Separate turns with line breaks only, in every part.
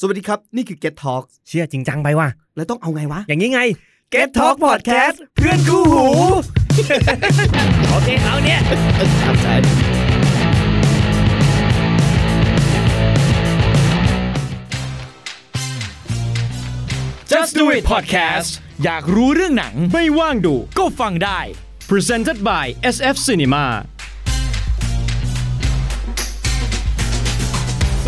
สวัสดีครับ นี่คือ Get Talk
เชื่อจริงจังไปว่ะ
แล้วต้องเอาไงวะ
อย่างนี้ไง
Get Talk Podcast เพื่อนคู่หู
โอเคเอาเนี่ย
Just Do It Podcast อยากรู้เรื่องหนัง ไม่ว่างดู ก็ฟังได้ Presented by SF Cinema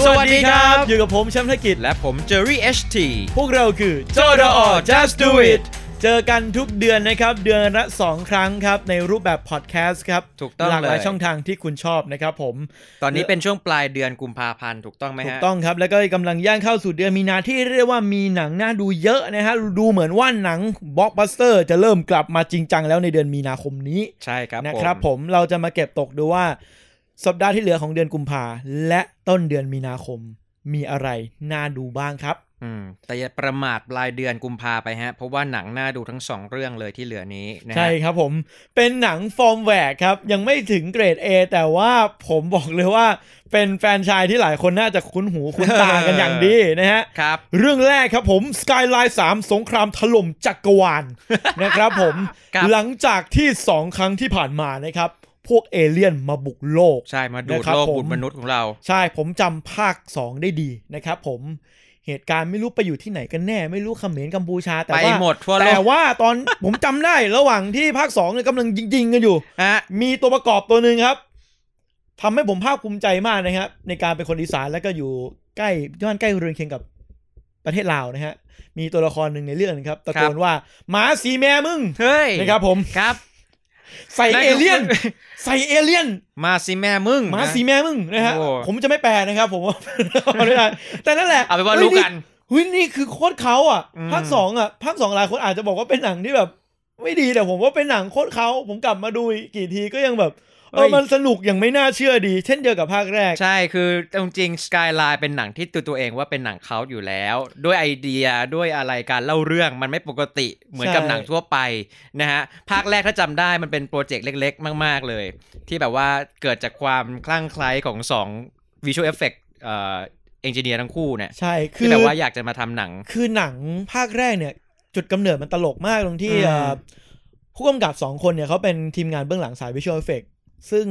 สวัสดีครับ
อยู่กับผมแชมป์ธกิจ
และผมเจอรี่ HT
พวกเราคือ
JODO Just Do It
เจอกันทุกเดือนนะครับ เดือนละ 2 ครั้งครับ ในรูปแบบพอดแคสต์ครับ
ถูกต้อง
หลากหลาย
เลย
ช่องทางที่คุณชอบนะครับผม
ตอนนี้เป็นช่วงปลายเดือนกุมภาพันธ์ถูกต้องไหมฮะ
ถูกต้องครับ แล้วก็กำลังย่างเข้าสู่เดือนมีนาที่เรียกว่ามีหนังน่าดูเยอะนะฮะ ดูเหมือนว่าหนังบล็อกบัสเตอร์จะเริ่มกลับมาจริงจังแล้วในเดือนมีนาคมนี้
ใช่ครับ
นะครับผมเราจะมาเก็บตกดูว่าสัปดาห์ที่เหลือของเดือนกุมภาและต้นเดือนมีนาคมมีอะไรน่าดูบ้างครับ
อืมแต่อย่าประมาทปลายเดือนกุมภาไปฮะ เพราะว่าหนังน่าดูทั้งสองเรื่องเลยที่เหลือนี้นะฮะ
ใช่ครับผมเป็นหนังฟอร์มแหวกครับ ยังไม่ถึงเกรด A แต่ว่าผมบอกเลยว่าเป็นแฟรนไชายที่หลายคนน่าจะคุ้นหูคุ้นตากันอย่างดีนะฮะ
ครับ
เรื่องแรกครับผม Skyline 3 สงครามถล่มจักรวาล นะครับผม
ครับ
หลังจากที่ 2 ครั้งที่ผ่านมานะครับ พวกเอเลี่ยนมาบุกโลก
ใช่มาดูด
นะครับ
โลก
ผม
บุญมนุษย์ของเรา
ใช่ผมจำภาค 2 ได้ดีนะครับผมเหตุการณ์ไม่รู้ไปอยู่ที่ไหนกันแน่ ไม่รู้เขมรกัมพูชาแต่
ไป
ว่า
หมดทั่วโลก
แต่ว่าตอน ผมจำได้ระหว่างที่ภาค2เนี่ยกำลังยิงๆกันอยู่
ฮะ
มีตัวประกอบตัวหนึ่งครับทำให้ผมภาคภูมิใจมากนะครับ ในการเป็นคนอีสานแล้วก็อยู่ใกล้ย่านใกล้เรือนเคียงกับประเทศลาวนะฮะ มีตัวละครหนึ่งในเรื่องนะครับตะโกนว่าหมาสีแม่มึง
เฮ้ย
นะครับผม
ครับ
ใส่เอเลี่ยน ใส่เอเลี่ยน
มาสิแม่มึง
หมา
นะ
สีแม่มึงนะฮะ
โอ้
ผมจะไม่แปลนะครับ ผมว่า ไม่ได้แต่นั่นแหละ
เอาไปนว่ารู้กัน
เฮ้ยนี่คือโคตรเขาอ่ะ
อืม
ภาคสองอ่ะภาคสองหลายคนอาจจะบอกว่าเป็นหนังที่แบบ ไม่ดีแต่ผมว่าเป็นหนังโคตรเขาผมกลับมาดูอีกกี่ทีก็ยังแบบเออมันสนุกอย่างไม่น่าเชื่อดี เช่นเดียวกับภาคแรก
ใช่คือจริงๆ Skyline เป็นหนังที่ตัวตัวเองว่าเป็นหนังเขาอยู่แล้ว ด้วยไอเดียด้วยอะไรการเล่าเรื่องมันไม่ปกติเหมือนกับ
ใช่
หนังทั่วไปนะฮะ ภาคแรกถ้าจำได้มันเป็นโปรเจกต์เล็กๆ มาก ๆ เลย ที่แบบว่าเกิดจากความคลั่งไคล้ของสองวิชวลเอฟเฟกต์เอ่อเอนจิเนียร์ทั้งคู่เนี่ย
ใช่คื
ที่
อ
แบบว่าอยากจะมาทำหนัง
คือหนังภาคแรกเนี่ย จุดกำเนิดมันตลกมากตรงที่
อืม
เอ่อผู้กำกับสองคนเนี่ยเขาเป็นทีมงานเบื้องหลังสายวิชวลเอฟเฟกซึ่ง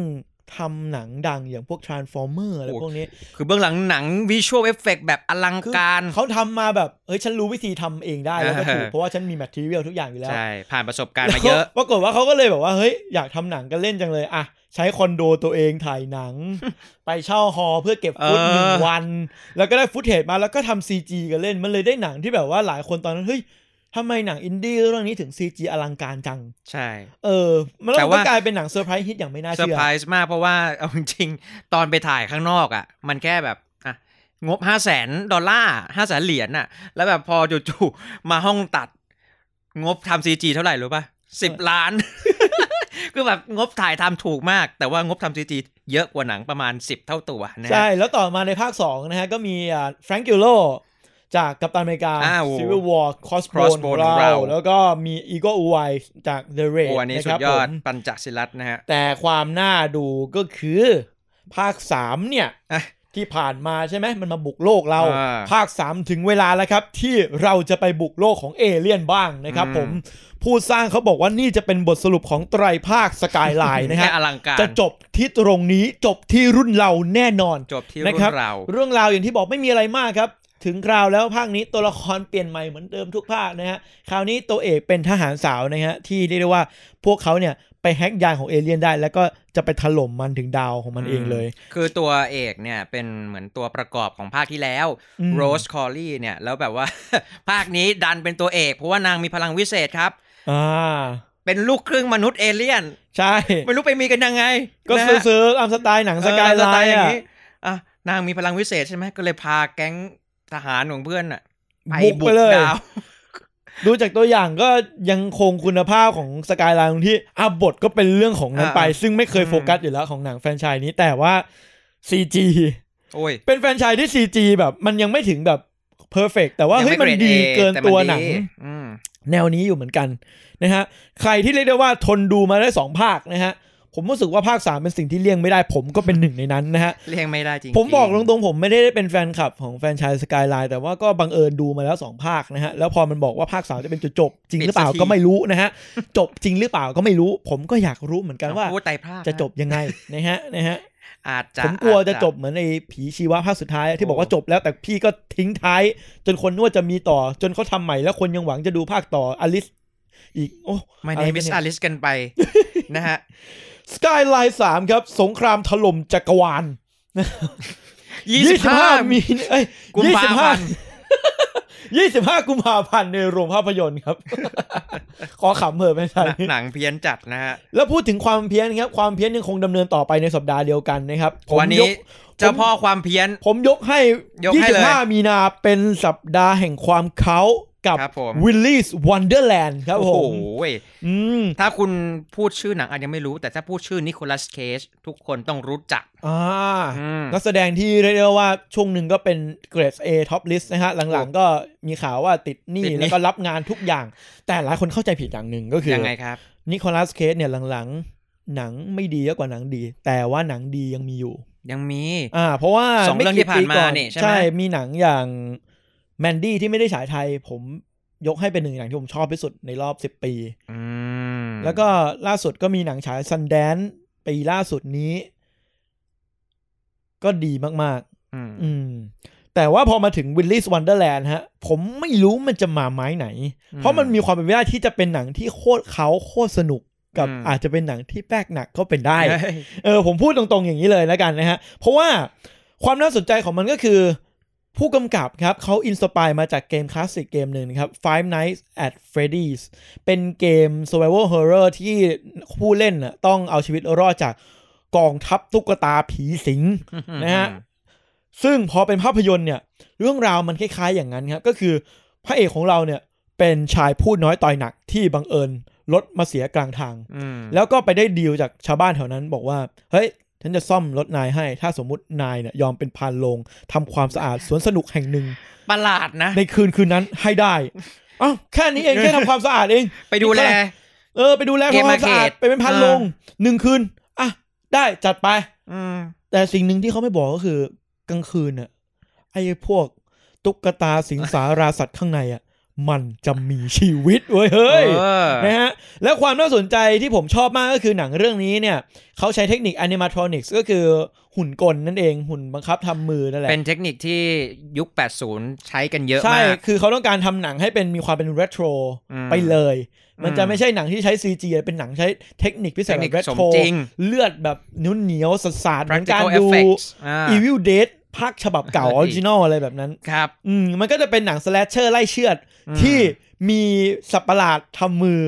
ทำหนังดังอย่างพวก Transformer อะไรพวกนี้
คือเบื้องหลังหนังวิชวลเอฟเฟกแบบอลัง
คือ
การ
เขาทำมาแบบ เอ้ย ฉันรู้วิธีทำเองได้ แล้วก็
เออ
ถูก เพราะว่าฉันมีแมทเทียลทุกอย่างอยู่แล้ว
ใช่ผ่านประสบการณ์
แล้ว
มาเยอะ
ปรากฏว่าเขาก็เลยแบบว่า เฮ้ย อยากทำหนังกันเล่นจังเลย อ่ะ ใช้คอนโดตัวเองถ่ายห นัง ไปเช่าฮอลล์เพื่อเก็บฟุต
เออ
หนึ่งวัน แล้วก็ได้ฟุตเทจมาแล้วก็ทำซีจีกันเล่น มันเลยได้หนังที่แบบว่าหลายคนตอนนั้น เฮ้ยทำไมหนังอินดี้เรื่องนี้ถึงซีจีอลังการจัง
ใช่
เออ มันแล้ว
แต่
ก็
ว่า
กลายเป็นหนังเซอร์ไพรส์ฮิตอย่างไม่น่า
เซอ
เชื่
ร์
อ
ไพรส์มากเพราะว่า เอาจริงๆ ตอนไปถ่ายข้างนอกอ่ะ มันแค่แบบอ่ะงบห้าแสนดอลลาร์ห้าแสนเหรียญน่ะ แล้วแบบพอจู่ๆมาห้องตัด งบทำซีจีเท่าไหร่รู้ป่ะสิบล้าน คือแบบงบถ่ายทำถูกมาก แต่ว่างบทำซีจีเยอะกว่าหนังประมาณสิบเท่าตัวนะฮะ
ใช่ แล้วต่อมาในภาค 2 นะฮะ ก็มีแฟรงกิโลจากกัปตันอเมริกา
อ้าว
Civil War Crossbone
Crossbone
ของเรา
เรา
แล้วก็มีอีโก u ูไวจาก The
โอ้
Raid
อันนี้
นะ
สุ
ครั
ด
บ
ย
ผ
อด
ม
ปัญจศิลัตน์นะฮะ
แต่ความน่าดูก็คือภาค 3 เนี่ย
อ่ะ
ที่ผ่านมาใช่ไหมมันมาบุกโลกเรา
อ่า
ภาค 3 ถึงเวลาแล้วครับ ที่เราจะไปบุกโลกของเอเลี่ยนบ้างนะครับ
อืม
ผมผู้สร้างเขาบอกว่านี่จะเป็นบทสรุปของไตรภาคสกายไลน์นะ
แค่
ฮะ
อลังการ
จะจบที่ตรงนี้จบที่รุ่นเราแน่นอน
จบที่
นะ
รุ่
ครับ
นเรา
เรื่องราวอย่างที่บอกไม่มีอะไรมากครับ ถึงคราวแล้วภาคนี้ตัวละครเปลี่ยนใหม่เหมือนเดิมทุกภาคนะฮะคราวนี้ตัวเอกเป็นทหารสาวนะฮะที่เรียกได้ว่าพวกเขาเนี่ยไปแฮ็กยานของเอเลี่ยนได้ แล้วก็จะไปถล่มมันถึงดาวของมันเองเลย
คือตัวเอกเนี่ยเป็นเหมือนตัวประกอบของภาคที่แล้ว
อืม
โรสคอลลี่เนี่ย แล้วแบบว่า ภาคนี้ดันเป็นตัวเอก เพราะว่านางมีพลังวิเศษครับ
อ่า
เป็นลูกครึ่งมนุษย์เอเลี่ย น
ใช่
ไม่รู้ไปมีกันยังไง
ก็
นะ
ซื้อ
ฮะ
ๆตามสไตล์หนังสกาย
เออ
ไล
ต
น์
อย่าง
อ่ะ
นี้อ่ะนางมีพลังวิเศษใช่ไหมก็เลยพาแก๊งทหารของเพื่อนอ่ะไป
บุก
บุ
ไป
ก
เลย
ดาว
ดูจากตัวอย่างก็ยังคงคุณภาพของสกายไลน์ตรงที่อาบทก็เป็นเรื่องของนั้นไป
อ่า
ซึ่งไม่เคยโฟกัสอยู่แล้วของหนังแฟรนไชส์นี้แต่ว่า CG
โอ้ย
เป็นแฟรนไชส์ที่ CG แบบมันยังไม่ถึงแบบเพอร์เฟกแต่ว่าเฮ้ย
ง
มัน
ไ grade
ดี
A
เกิน
แมั
ตัวหนัง
ดีอืม
แนวนี้อยู่เหมือนกันนะฮะ ใครที่เรียกได้ว่าทนดูมาได้ 2 ภาคนะฮะ ผมรู้สึกว่าภาคสามเป็นสิ่งที่เลี่ยงไม่ได้ ผมก็เป็นหนึ่งในนั้นนะฮะ
เรียงไม่ได้จริงๆ
ผมบอกตรงๆผมไม่ได้เป็นแฟนคลับของแฟรนไชายสกายไลน์แต่ว่าก็บังเอิญดูมาแล้ว 2 ภาคนะฮะ แล้วพอมันบอกว่าภาคสามจะเป็นจุดจบ จริงหรือเปล่าก็ไม่รู้นะฮะ จบจริงหรือเปล่าก็ไม่รู้ ผมก็อยากรู้เหมือนกันว่า
พูดไตรภาค
จะจบยังไงนะฮะนะฮะ
อาจจะ
ผมกลัว
อา
จะจบเหมือนในผีชีวะภาคสุดท้ายอะที่บอกว่า
โอ้
จบแล้วแต่พี่ก็ทิ้งท้าย จนคนนวดจะมีต่อ จนเขาทำใหม่แล้วคนยังหวังจะดูภาคต่ออลิสอีกโอ้
ไม่
อะ
ได้
ร
มิ
วะ
ส
เย
อลิสกัน ไป นะฮะ
สกายไลน์สามครับ สงครามถล่มจักรวาล
ยี่สิบห้า
มีเอ้ย
กุมภาพันธ์
ยี่สิบห้า กุมภาพันธ์ในโรงภาพยนตร์ครับ ขอขำเหอะไม่ใช่
หนังเพี้ยนจัดนะฮะ
แล้วพูดถึงความเพี้ยนครับ ความเพี้ยนยังคงดำเนินต่อไปในสัปดาห์เดียวกันนะครับผม
วัน
ย
นี้
ก
เจ้าพ่อความเพี้ยน
ผมยกให้
ยกให้เลย
25 มีนาเป็นสัปดาห์แห่งความเขากับ
ครับผม
วิลลี่ส์วันเดอร์แลนด์ครับ
โอ้
ผ
โห
มอืม
ถ้าคุณพูดชื่อหนังอาจยังไม่รู้ แต่ถ้าพูดชื่อนิโคลัสเคจทุกคนต้องรู้จัก
อ่า
อืม
นักแสดงที่เรียกได้ว่าช่วงหนึ่งก็เป็นเกรด A top list นะฮะ หลังๆก็มีข่าวว่าติดหนี้
ติดหนี้
แล้วก็รับงานทุกอย่าง แต่หลายคนเข้าใจผิดอย่างหนึ่งก็คือ
ยังไงครับ
นิโคลัสเคสเนี่ยหลังๆ หนังไม่ดีเยอะกว่าหนังดี แต่ว่าหนังดียังมีอยู่
ยังมี
อ่า เพราะว่า
สองเรื่องที่
ไกี่ปีก่อ
ผ่านมาเนี่ยใช่ไหม
ใช่ มีหนังอย่างแมนดี้ที่ไม่ได้ฉายไทย ผมยกให้เป็นหนึ่งหนังที่ผมชอบที่สุดในรอบสิบปี
อืม
แล้วก็ล่าสุดก็มีหนังฉายซันแดนปีล่าสุดนี้ ก็ดีมากๆ
อืม
อืมแต่ว่าพอมาถึงวิลลี่สวันเดอร์แลนด์ฮะ ผมไม่รู้มันจะมาไม้ไหน เพราะมันมีความเป็นไปได้ที่จะเป็นหนังที่โคตรเขาโคตรสนุกกับอาจจะเป็นหนังที่แปลกหนักก็เป็นได้
เฮ้ย
เออผมพูดตรงๆอย่างนี้เลยแล้วกันนะฮะ เพราะว่าความน่าสนใจของมันก็คือ ผู้กำกับครับเขาอินสปายมาจากเกมคลาสสิกเกมหนึ่งนะครับ Five Nights at Freddy's เป็นเกม Survival Horror ที่ผู้เล่นน่ะต้องเอาชีวิตรอดจากกองทัพตุ๊กตาผีสิง นะฮะ ซึ่งพอเป็นภาพยนตร์เนี่ย เรื่องราวมันคล้ายๆอย่างนั้นครับ ก็คือพระเอกของเราเนี่ย เป็นชายพูดน้อยต่อยหนักที่บังเอิญรถมาเสียกลางทาง
อืม
แล้วก็ไปได้ดีลจากชาวบ้านแถวนั้นบอกว่า เฮ้ย ฉันจะซ่อมรถนายให้ ถ้าสมมุตินายเนี่ยยอมเป็นพานโลงทำความสะอาดสวนสนุกแห่ง หนึ่ง
ประหลาดนะ
ในคืนคืนนั้นให้ได้อ้าวแค่นี้เองแค่ทำความสะอาดเอง
ไปดูแล
เออไปดูแล
เกม
ทำ
มาว
คามสะอาด
เขต
ไปเป็นพานโลง
อ่
หนึ่งคืนอ่ะได้จัดไป
อืม
แต่สิ่งหนึ่งที่เขาไม่บอกก็คือกลางคืนน่ะไอ้พวกตุ๊กตาสิงสาราสัตว์ข้างในอ่ะมันจะมีชีวิตเว้ยเฮ้ย
เออ
นะฮะและความน่าสนใจที่ผมชอบมากก็คือหนังเรื่องนี้เนี่ย เขาใช้เทคนิค animatronics ก็คือหุ่นกลนั่นเองหุ่นบังคับทำมือนั่นแหละ
เป็นเทคนิคที่ยุค 80 ใช้กันเยอะ
ใช่
มาก
คือเขาต้องการทำหนังให้เป็นมีความเป็น retro
อืม
ไปเลย มันจะ
อืม
ไม่ใช่หนังที่ใช้ CG เป็นหนังใช้เทคนิคพิเศ
เท
ษ
ค
แบ
นิค
บ retro
สมจริง
เลือดแบบนุ่นเหนียวๆสาดๆเหมือนการ
practical
ดู
effects อ่า
Evil Dead ภาคฉบับเก่าอ
เออดี
อริจินอลอะไรแบบนั้น
ครับ
อืมมันก็จะเป็นหนังสแลชเชอร์ไล่เชือด
อืม
ที่มีสับประหลาดทำมือ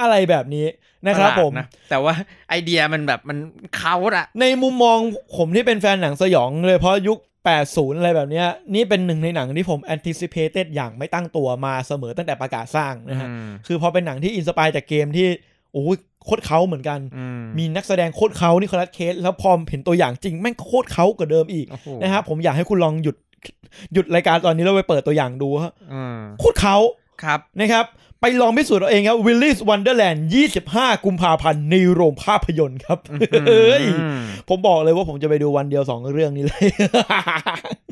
อะไรแบบนี้นะครับ
ป
ผ
ลาด
ม
นะแต่ว่า ไอเดียมันแบบมันเขาอะ
ในมุมมองผมที่เป็นแฟนหนังสยองเลยเพราะยุค 80 อะไรแบบเนี้ย นี่เป็นหนึ่งในหนังที่ผม anticipated อย่างไม่ตั้งตัวมาเสมอตั้งแต่ประกาศสร้างนะฮะ คือพอเป็นหนังที่อินสปายจากเกมที่โอ้ยโคตรเขาเหมือนกัน มีนักแสดงโคตรเขานี่คอรัสเคส แล้วพอเห็นตัวอย่างจริงแม่งโคตรเขากว่าเดิมอีก
โอ้โห
นะครับผมอยากให้คุณลองหยุดหยุดรายการตอนนี้แล้วไปเปิดตัวอย่างดูฮะ
อืม
โคตรเขา
ครับ
นะครับ ไปลองพิสูจน์เอาเองครับ Willy's Wonderland 25 กุมภาพันธ์ในโรงภาพยนตร์ครับเฮ้ย
อืม
ผมบอกเลยว่าผมจะไปดูวันเดียวสองเรื่องนี้เลย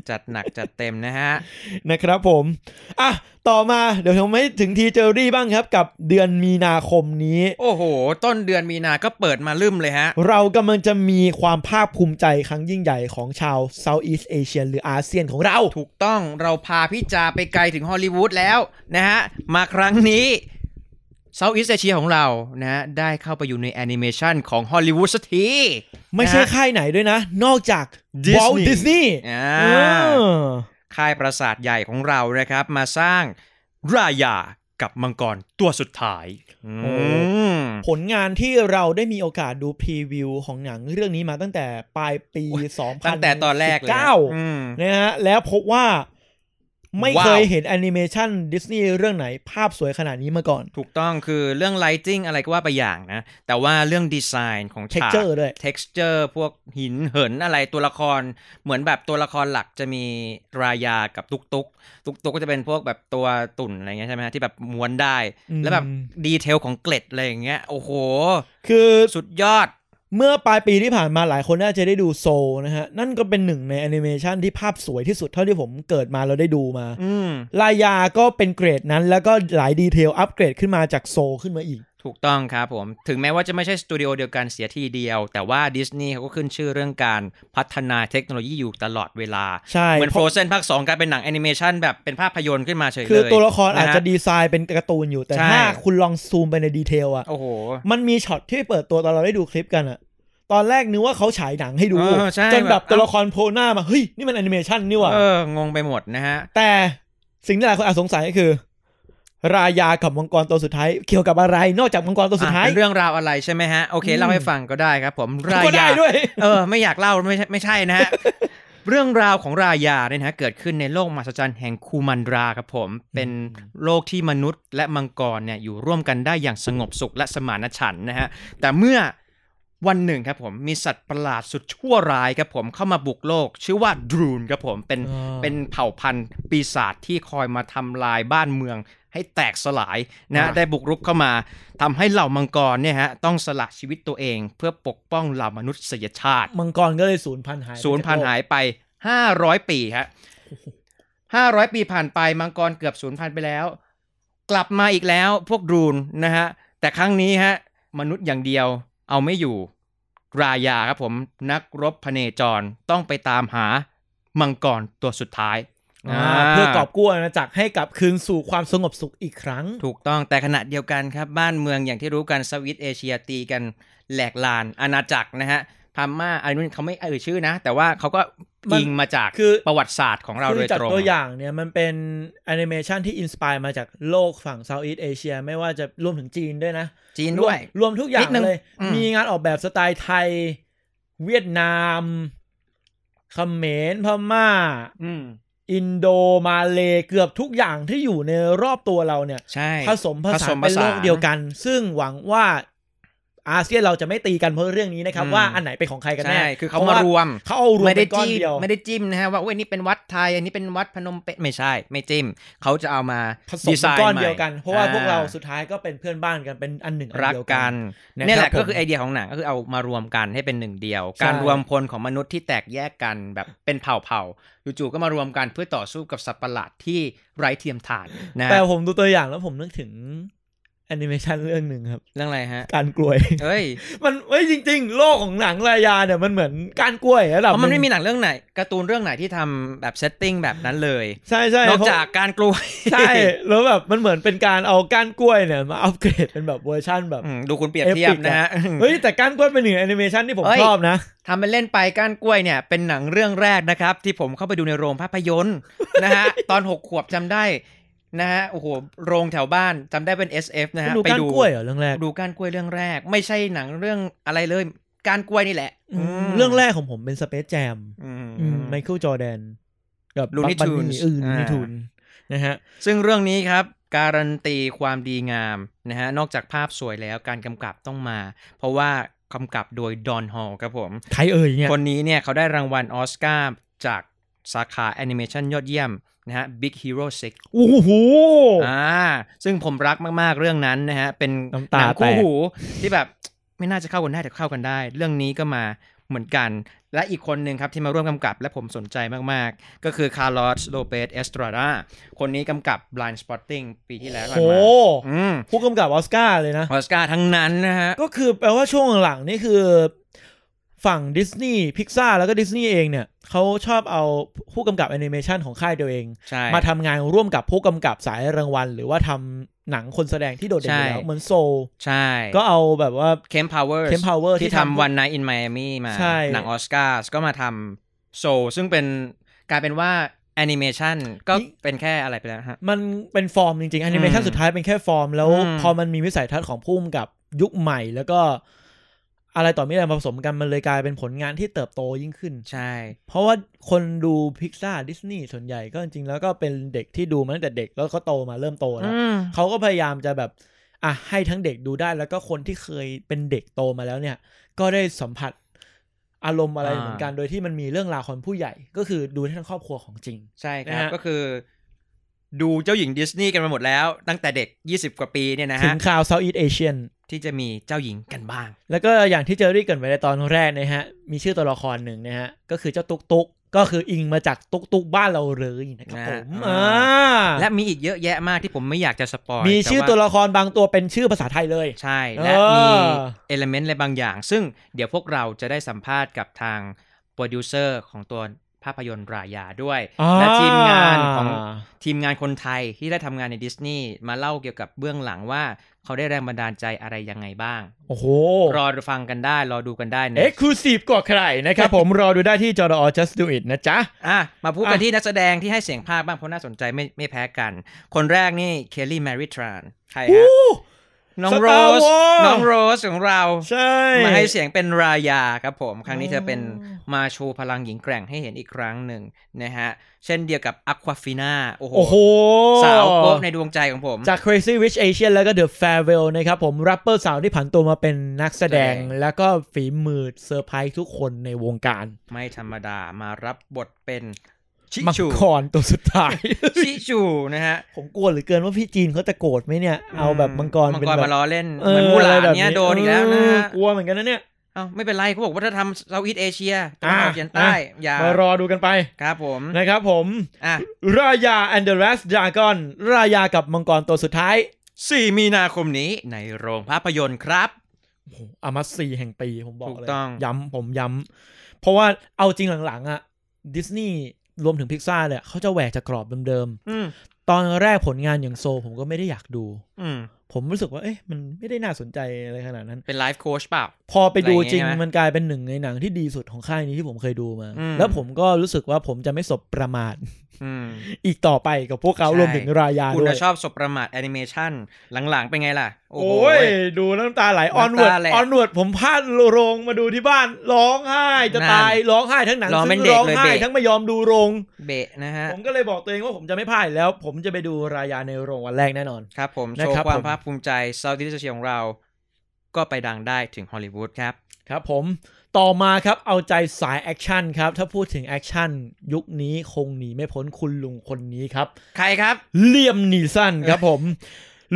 จัดหนักจัดเต็มนะฮะ
นะครับผม อ่ะ ต่อมาเดี๋ยวผมให้ถึงทีเจอรี่บ้างครับ กับเดือนมีนาคมนี้
โอ้โห ต้นเดือนมีนาก็เปิดมาลืมเลยฮะ
เรากำลังจะมีความภาคภูมิใจครั้งยิ่งใหญ่ของชาว Southeast Asian หรืออาเซียนของเรา
ถูกต้องเราพาพี่จาไปไกลถึงฮอลลีวูดแล้วนะฮะ มาครั้งนี้เซาท์อีสเอเชียของเรานะฮะ ได้เข้าไปอยู่ในแอนิเมชันของฮอลลีวูดสักที
ไม่ใช่ค่ายไหนด้วยนะ นอกจาก
Disney
Walt Disney
อ่า
เออ
ค่ายประสาทใหญ่ของเรานะครับ มาสร้างรายากับมังกรตัวสุดท้ายอืม
ผลงานที่เราได้มีโอกาสดูพรีวิวของหนังเรื่องนี้มาตั้งแต่ปลายปี2019
ตั้งแต่ตอนแรกเลยนะอืม
นะฮะแล้วพบว่าไม่
ว้าว
เคยเห็นแอนิเมชันดิสนีย์เรื่องไหนภาพสวยขนาดนี้มาก่อน
ถูกต้องคือเรื่อง lighting อะไรก็ว่าไปอย่างนะ แต่ว่าเรื่องดีไซน์ของฉาก
texture ด้วย
texture พวกหินเหินอะไรตัวละคร เหมือนแบบตัวละครหลักจะมีรายากับตุกตุกตุกตุกก็จะเป็นพวกแบบตัวตุ่นอะไรเงี้ยใช่ไหมฮะที่แบบม้วนได้
อืม
แล้วแบบดีเทลของเกล็ดอะไรอย่างเงี้ยโอ้โห
คือ
สุดยอด
เมื่อปลายปีที่ผ่านมาหลายคนน่าจะได้ดูโซลนะฮะ นั่นก็เป็นหนึ่งในแอนิเมชันที่ภาพสวยที่สุดเท่าที่ผมเกิดมาเราได้ดูมา
อืม
ลายาก็เป็นเกรดนั้น แล้วก็หลายดีเทลอัปเกรดขึ้นมาจากโซลขึ้นมาอีก
ถูกต้องครับผม ถึงแม้ว่าจะไม่ใช่สตูดิโอเดียวกันเสียทีเดียว แต่ว่าดิสนีย์เขาก็ขึ้นชื่อเรื่องการพัฒนาเทคโนโลยีอยู่ตลอดเวลา
ใช่
เหมือน
เพ
โฟร
ราะ
เซนภาคสองกลายเป็นหนังแอนิเมชันแบบเป็นภาพยนตร์ขึ้นมาเฉยเลย
คือตัวละครอาจ
นฮ
จะดีไซน์เป็นการ์ตูนอยู่แต่
ใช่
ถ้าคุณลองซูมไปในดีเทลอะ
โอ้โห
มันมีช็อตที่เปิดตัวตอนเราได้ดูคลิปกันอะตอนแรกนึกว่าเขาฉายหนังให้ดู
เออใช่
จนแบ
แบบ บ
ตัวละครโผล่หน้ามาเฮ้ยนี่มันแอนิเมชันนี่หว่า
เอองงไปหมดนะฮะ
แต่สิ่งที่หลายคนอาจสงสัยก็คือ รายากับมังกรตัวสุดท้าย เกี่ยวกับอะไรนอกจากมังกรตัวสุดท้าย
อ่ะเป็นเรื่องราวอะไรใช่ไหมฮะ โอเค
อืม
เล่าให้ฟังก็ได้ครับผมรา
ก็
ยา
ได้ด้วย
เออ ไม่อยากเล่าไม่ใช่ไม่ใช่นะฮะ เรื่องราวของรายาเนี่ยนะฮะเกิดขึ้นในโลกมหัศจรรย์แห่งคูมันดราครับผม เป็นโลกที่มนุษย์และมังกรเนี่ยอยู่ร่วมกันได้อย่างสงบสุขและสมานฉันท์นะฮะ แต่เมื่อวันหนึ่งครับผมมีสัตว์ประหลาดสุดชั่วร้ายครับผมเข้ามาบุกโลก ชื่อว่าดรูนครับผมเป็น
อ่า
เป็นเผ่าพันธุ์ปีศาจที่คอยมาทำลายบ้านเมืองให้แตกสลายนะฮะ
อ่า
ได้บุกรุกเข้ามาทำให้เหล่ามังกรเนี่ยฮะต้องสละชีวิตตัวเอง เพื่อปกป้องเหล่ามนุษยชาติ
มังกรก็เลยสูญพันธุ์หายไป
ศูนย์พันหายไปห้าร้อยปีฮะห้าร้อยปีผ่านไปมังกรเกือบศูนย์พันไปแล้ว กลับมาอีกแล้วพวกดรูนนะฮะ แต่ครั้งนี้ฮะ มนุษย์อย่างเดียวเอาไม่อยู่ รายาครับผมนักรบพเนจรต้องไปตามหามังกรตัวสุดท้าย
อ่า
า
เพื่อกอบกู้อาณาจักรให้กลับคืนสู่ความสงบสุขอีกครั้ง
ถูกต้องแต่ขณะเดียวกันครับบ้านเมืองอย่างที่รู้กันสวิตเอเชียตีกันแหลกลานอาณาจักรนะฮะพม่าอันนี้เขาไม่เอ่ยชื่อนะ แต่ว่าเขาก็
มัน
อิงมาจาก
คือ
ประวัติศาสตร์ของเราโดย
จัด
ตรง
ตัวอย่างเนี่ยมันเป็นแอนิเมชันที่อินสปายมาจากโลกฝั่งเซาท์อีสเอเชียไม่ว่าจะรวมถึงจีนด้วยนะ
จีนด้วย
รมรวมทุกอย่า
นิ
ง
ดนึง
เลย
อืม
มีงานออกแบบสไตล์ไทย เวียดนามเขมรพม่า
อืม
อินโดมาเลเกือบทุกอย่างที่อยู่ในรอบตัวเราเนี่ย
ใช่
ผสมผสานเป็นโลกเดียวกัน ซึ่งหวังว่าอาเซียนเราจะไม่ตีกันเพราะเรื่องนี้นะครับ ว่าอันไหนเป็นของใครกันแน่
ใช่คือเขามารวม
เขาเอารวม
ไม่
เป็
ได้
นก้อน
จิ้ม
เดียว
ไม่ได้จิ้มนะฮะว่าเว้ยนี่เป็นวัดไทย อันนี้เป็นวัดพนมเปญไม่ใช่ ไม่จิ้มเขาจะเอามา
ผสม
ดีไซ
เป็น
น์
ก้อน
ใหม่
เดียวกัน เพราะว่า
อ่
พวกเราสุดท้ายก็เป็นเพื่อนบ้านกันเป็นอันหนึ่งอัน
รัก
เดียว
กัน
รับ
เนี่ยแหละก็
ผม
คือไอเดียของหนังก็คือเอามารวมกันให้เป็นหนึ่งเดียว
ใช่
การรวมพลของมนุษย์ที่แตกแยกกันแบบ เป็นเผ่าเผ่าๆจู่ๆก็มารวมกันเพื่อต่อสู้กับสัตว์ประหลาดที่ไร้เทียมทานนะฮะ
แต่ผมดูตัวอย่างแล้วผมนึกถึงแอนิเมชันเรื่องหนึ่งครับ
เรื่องอะไรฮะ
การกล้วย
เอ้ย
มันเอ้ยจริง ๆ โลกของหนังรายาเนี่ยมันเหมือนการกล้วยระ
เพ
ดับ
ราะมันไม่มี
หง
หนังเรื่องไหนการ์ตูนเรื่องไหนที่ทำแบบเซตติ้งแบบนั้นเลย
ใช่ใช่
นอก
เพระ
จากการกลัว
ใช่ แล้วแบบมันเหมือนเป็นการเอาก้านกล้วยเนี่ยมาอัปเกรดเป็นแบบเวอร์ชั่นแบบ
อืมดูคุณเปรียบเทียบ
Epic
นะฮะ
เฮ้ยแต่ก้านกล้วยเป็นหนึ่งแอนิเมชันที่ผม
เฮ้ย
ชอบนะ
ทำเป็นเล่นไปก้านกล้วยเนี่ยเป็นหนังเรื่องแรกนะครับ ที่ผมเข้าไปดูในโรงภาพยนตร์ นะฮะ ตอน 6 ขวบจำได้นะฮะโอ้โหโรงแถวบ้านจำได้เป็น SF นะฮะ
ดูก้านกล้วยเหรอเรื่องแรก
ดูก้านกล้วยเรื่องแรก ไม่ใช่หนังเรื่องอะไรเลยก้านกล้วยนี่แหละ
อืมเรื่องแรกของผมเป็นสเปซแจม
อืม
ไมเคิลจอแดนกับ
Looney
บัคบันี่
Tunes
อืม
อ่า
นิทูนนะฮะ
ซึ่งเรื่องนี้ครับ การันตีความดีงามนะฮะนอกจากภาพสวยแล้วการกำกับต้องมา เพราะว่ากำกับโดยดอนฮอลครับผม
ใครเอ่ยเนี่ย
คนนี้เนี่ยเขาได้รางวัลออสการ์จากสาขาแอนิเมชันยอดเยี่ยมนะฮะ Big Hero 6
โอ้โห
อ่าซึ่งผมรักมาก ๆ เรื่องนั้นนะฮะ เป็น
น้ำตา
หนังคู่
แตก
หูที่แบบไม่น่าจะเข้ากันได้แต่เข้ากันได้ เรื่องนี้ก็มาเหมือนกัน และอีกคนหนึ่งครับที่มาร่วมกำกับและผมสนใจมาก ๆ ก็คือคาร์ลอสโลเปสเอสตราดาคนนี้กำกับ Blind Spotting ปีที่แล้วกัน
โอ้
มา
โห
อืม
ผู้กำกับออสการ์เลยนะ
ออสการ์ทั้งนั้นนะฮะ
ก็คือแปลว่าช่วงหลังๆนี่คือ ฝั่งดิสนีย์พิกซาแล้วก็ดิสนีย์เองเนี่ยเขาชอบเอาผู้กำกับแอนิเมชันของค่ายตัวเอง
ใช่
มาทำงานร่วมกับผู้กำกับสายรางวัล หรือว่าทำหนังคนแสดงที่โดดเด่นอยู่แล้ว
ใช่
เหมือนโซล
ใช่
ก็เอาแบบว่า
เคมพาวเวอร์
เคมพาวเวอร์
ที่ทำวันไนอินไมอามี่มา
ใช่
หนังออสการ์ก็มาทำโซซึ่งเป็นกลายเป็นว่าแอนิเมชันก็เป็นแค่อะไรไปแล้วฮะ
มันเป็นฟอร์มจริงๆแอนิเมชัน
อืม
สุดท้ายเป็นแค่ฟอร์ม แล้ว
อืม
พอมันมีวิสัยทัศน์ของผู้กำกับยุคใหม่ แล้วก็อะไรต่อมีอะไรมาผสมกันมันเลยกลายเป็นผลงานที่เติบโตยิ่งขึ้น
ใช่
เพราะว่าคนดูพิกซาดิสนีย์ส่วนใหญ่ก็จริงๆ แล้วก็เป็นเด็กที่ดูมาตั้งแต่เด็กแล้วก็โตมาเริ่มโตแล้ว
อืม
เขาก็พยายามจะแบบอ่ะให้ทั้งเด็กดูได้แล้วก็คนที่เคยเป็นเด็กโตมาแล้วเนี่ย ก็ได้สัมผัสอารมณ์อะไรเหมือนกันโดยที่มันมีเรื่องราวของผู้ใหญ่ ก็คือดูได้ทั้งครอบครัวของจริง
ใช่ครั
นะ
บ
ฮะ
ก็คือ ดูเจ้าหญิงดิสนีย์กันมาหมดแล้ว ตั้งแต่เด็ก 20 กว่าปีเนี่ยนะ
ถึ
ฮะ
งข่าว Southeast Asian
ที่จะมีเจ้าหญิงกันบ้าง
แล้วก็อย่างที่เจอรี่เกรินไปในตอนแรกนะฮะ มีชื่อตัวละครหนึ่งนะฮะ ก็คือเจ้าตุ๊กตุ๊กก็คืออิงมาจากตุ๊กตุ๊กบ้านเราเลยนะค
นะ
รับผ
ฮะ
ม
อ่า
อ่า
และมีอีกเยอะแยะมากที่ผมไม่อยากจะสปอย
มีชื่อตัว
แา
ละครบางตัวเป็นชื่อภาษาไทยเลย
ใช่ และ
เอ
มี
อ
เอลเมนต์อะไรบางอย่าง ซึ่งเดี๋ยวพวกเราจะได้สัมภาษณ์กับทางโปรดิวเซอร์ของตัวภาพยนตร์รายาด้วย และทีมงานของ ทีมงานคนไทยที่ได้ทำงานในดิสนีย์มาเล่าเกี่ยวกับเบื้องหลังว่าเขาได้แรงบันดาลใจอะไรยังไงบ้าง
โอ้โห
รอฟังกันได้ รอดูกันได้นะ
เอ็กซ์คลูซีฟกว่าใครนะครับ ผม รอดูได้ที่จอรอ just do it นะจ๊ะ
อ่ะมาพูดกัน
อ่ะ
ที่นักแสดงที่ให้เสียงภาคบ้างเพราะน่าสนใจไม่ไม่แพ้กัน คนแรกนี่เคลลี่แมริทรานใครฮะ น้องโร
Star
ส
Wars
น้องโรสของเรา
ใช่
มาให้เสียงเป็นรายาครับผม ครั้งนี้
อ๋อ
เธอเป็นมาโชว์พลังหญิงแกร่งให้เห็นอีกครั้งหนึ่งนะฮะ เช่นเดียวกับอควาฟิน่าโอ้โห
โอ้โห
สาวโป๊ะในดวงใจของผม
จาก Crazy Rich Asian แล้วก็ The Farewell นะครับผมแรปเปอร์สาวที่ผันตัวมาเป็นนักแสดง
แสดง
แล้วก็ฝีมือเซอร์ไพรส์ทุกคนในวงการ
ไม่ธรรมดามารับบทเป็น ชิ
มัง
ชู
กรตัวสุด ท้าย
ชิชูนะฮะ
ผมกลัวเหลือเกินว่าพี่จีนเขาจะโกรธไหมเนี่ย เอาแบบมังกร
มัง
เป็น
กร
แบบ
มาล้อเล่น เหมือนมูหลานเนี้ยโดนอีกแล้วนะ
เออ
ฮะ
กลัวเหมือนกันนะเนี่ย
เอ้าไม่เป็นไรเขาบอกว่าถ้าทำเซาท์อีสเอเชียตะ
อ่า
วันออกเฉียงใต้
อ่ะ
อย่าม
ารอดูกันไป
ครับผม
นะครับผม
อ่ะ
รายา and the last dragon รายากับมังกรตัวสุดท้าย
สี่มีนาคมนี้ในโรงภาพยนตร์ครับ
โอ้โหอามัสซีแห่งปีผมบอก
ถู
เลย
กต้อง
ย้ำผมย้ำเพราะว่าเอาจริงหลังๆอะดิสนีย์รวมถึงพิกซ่าเนี่ยเขาจะแหวกจากกรอบเดิม
อืม
ๆ ตอนแรกผลงานอย่างโซลผมก็ไม่ได้อยากดู
อืม
ผมรู้สึกว่าเอ๊ะมันไม่ได้น่าสนใจอะไรขนาดนั้น
เป็นไลฟ์โค้ชเปล่า
พอไปดูจริง
อะไรอย่างเงี้ยใช่ไหม
มันกลายเป็นหนึ่งในหนังที่ดีสุดของค่ายนี้ที่ผมเคยดูมา
อืม
แล้วผมก็รู้สึกว่าผมจะไม่สบประมาท
อืม
อีกต่อไปกับพวกเขา
ใช่
รวมถึงรายา
คุณ
ด้วย
น่ะชอบสบประมาทแอนิเมชันหลังๆเป็นไงล่ะ โอ้
โอ้
โห
ยดูแล้วน้ำตาไหลออนเวิร์ด
น้ำตาแหลก
ออนเวิร์ดผมพลาดโรงมาดูที่บ้านร้องไห้จะ
นั่น
ตายร้องไห้ทั้งหนัง
ร้องเป็น
ซึ่
เด็ก
ร้อง
เลย
ไห้
เบะ
ทั้งไม่ยอมดูโรง
เบะนะฮะ
ผมก็เลยบอกตัวเองว่าผมจะไม่พลาดอีกแล้ว ผมจะไปดูรายาในโรงวันแรกแน่นอน
ครับผม
นะ
โชว์
ครับ
ความ
ผม
ภาคภูมิใจเซาท์อีสเอเชียของเรา ก็ไปดังได้ถึงฮอลลีวูดครับ
ครับผมต่อมาครับเอาใจสายแอคชั่นครับถ้าพูดถึงแอคชั่นยุคนี้คงหนีไม่พ้นคุณลุงคนนี้ครับ
ใครครับ
เลียมนีสันครับผม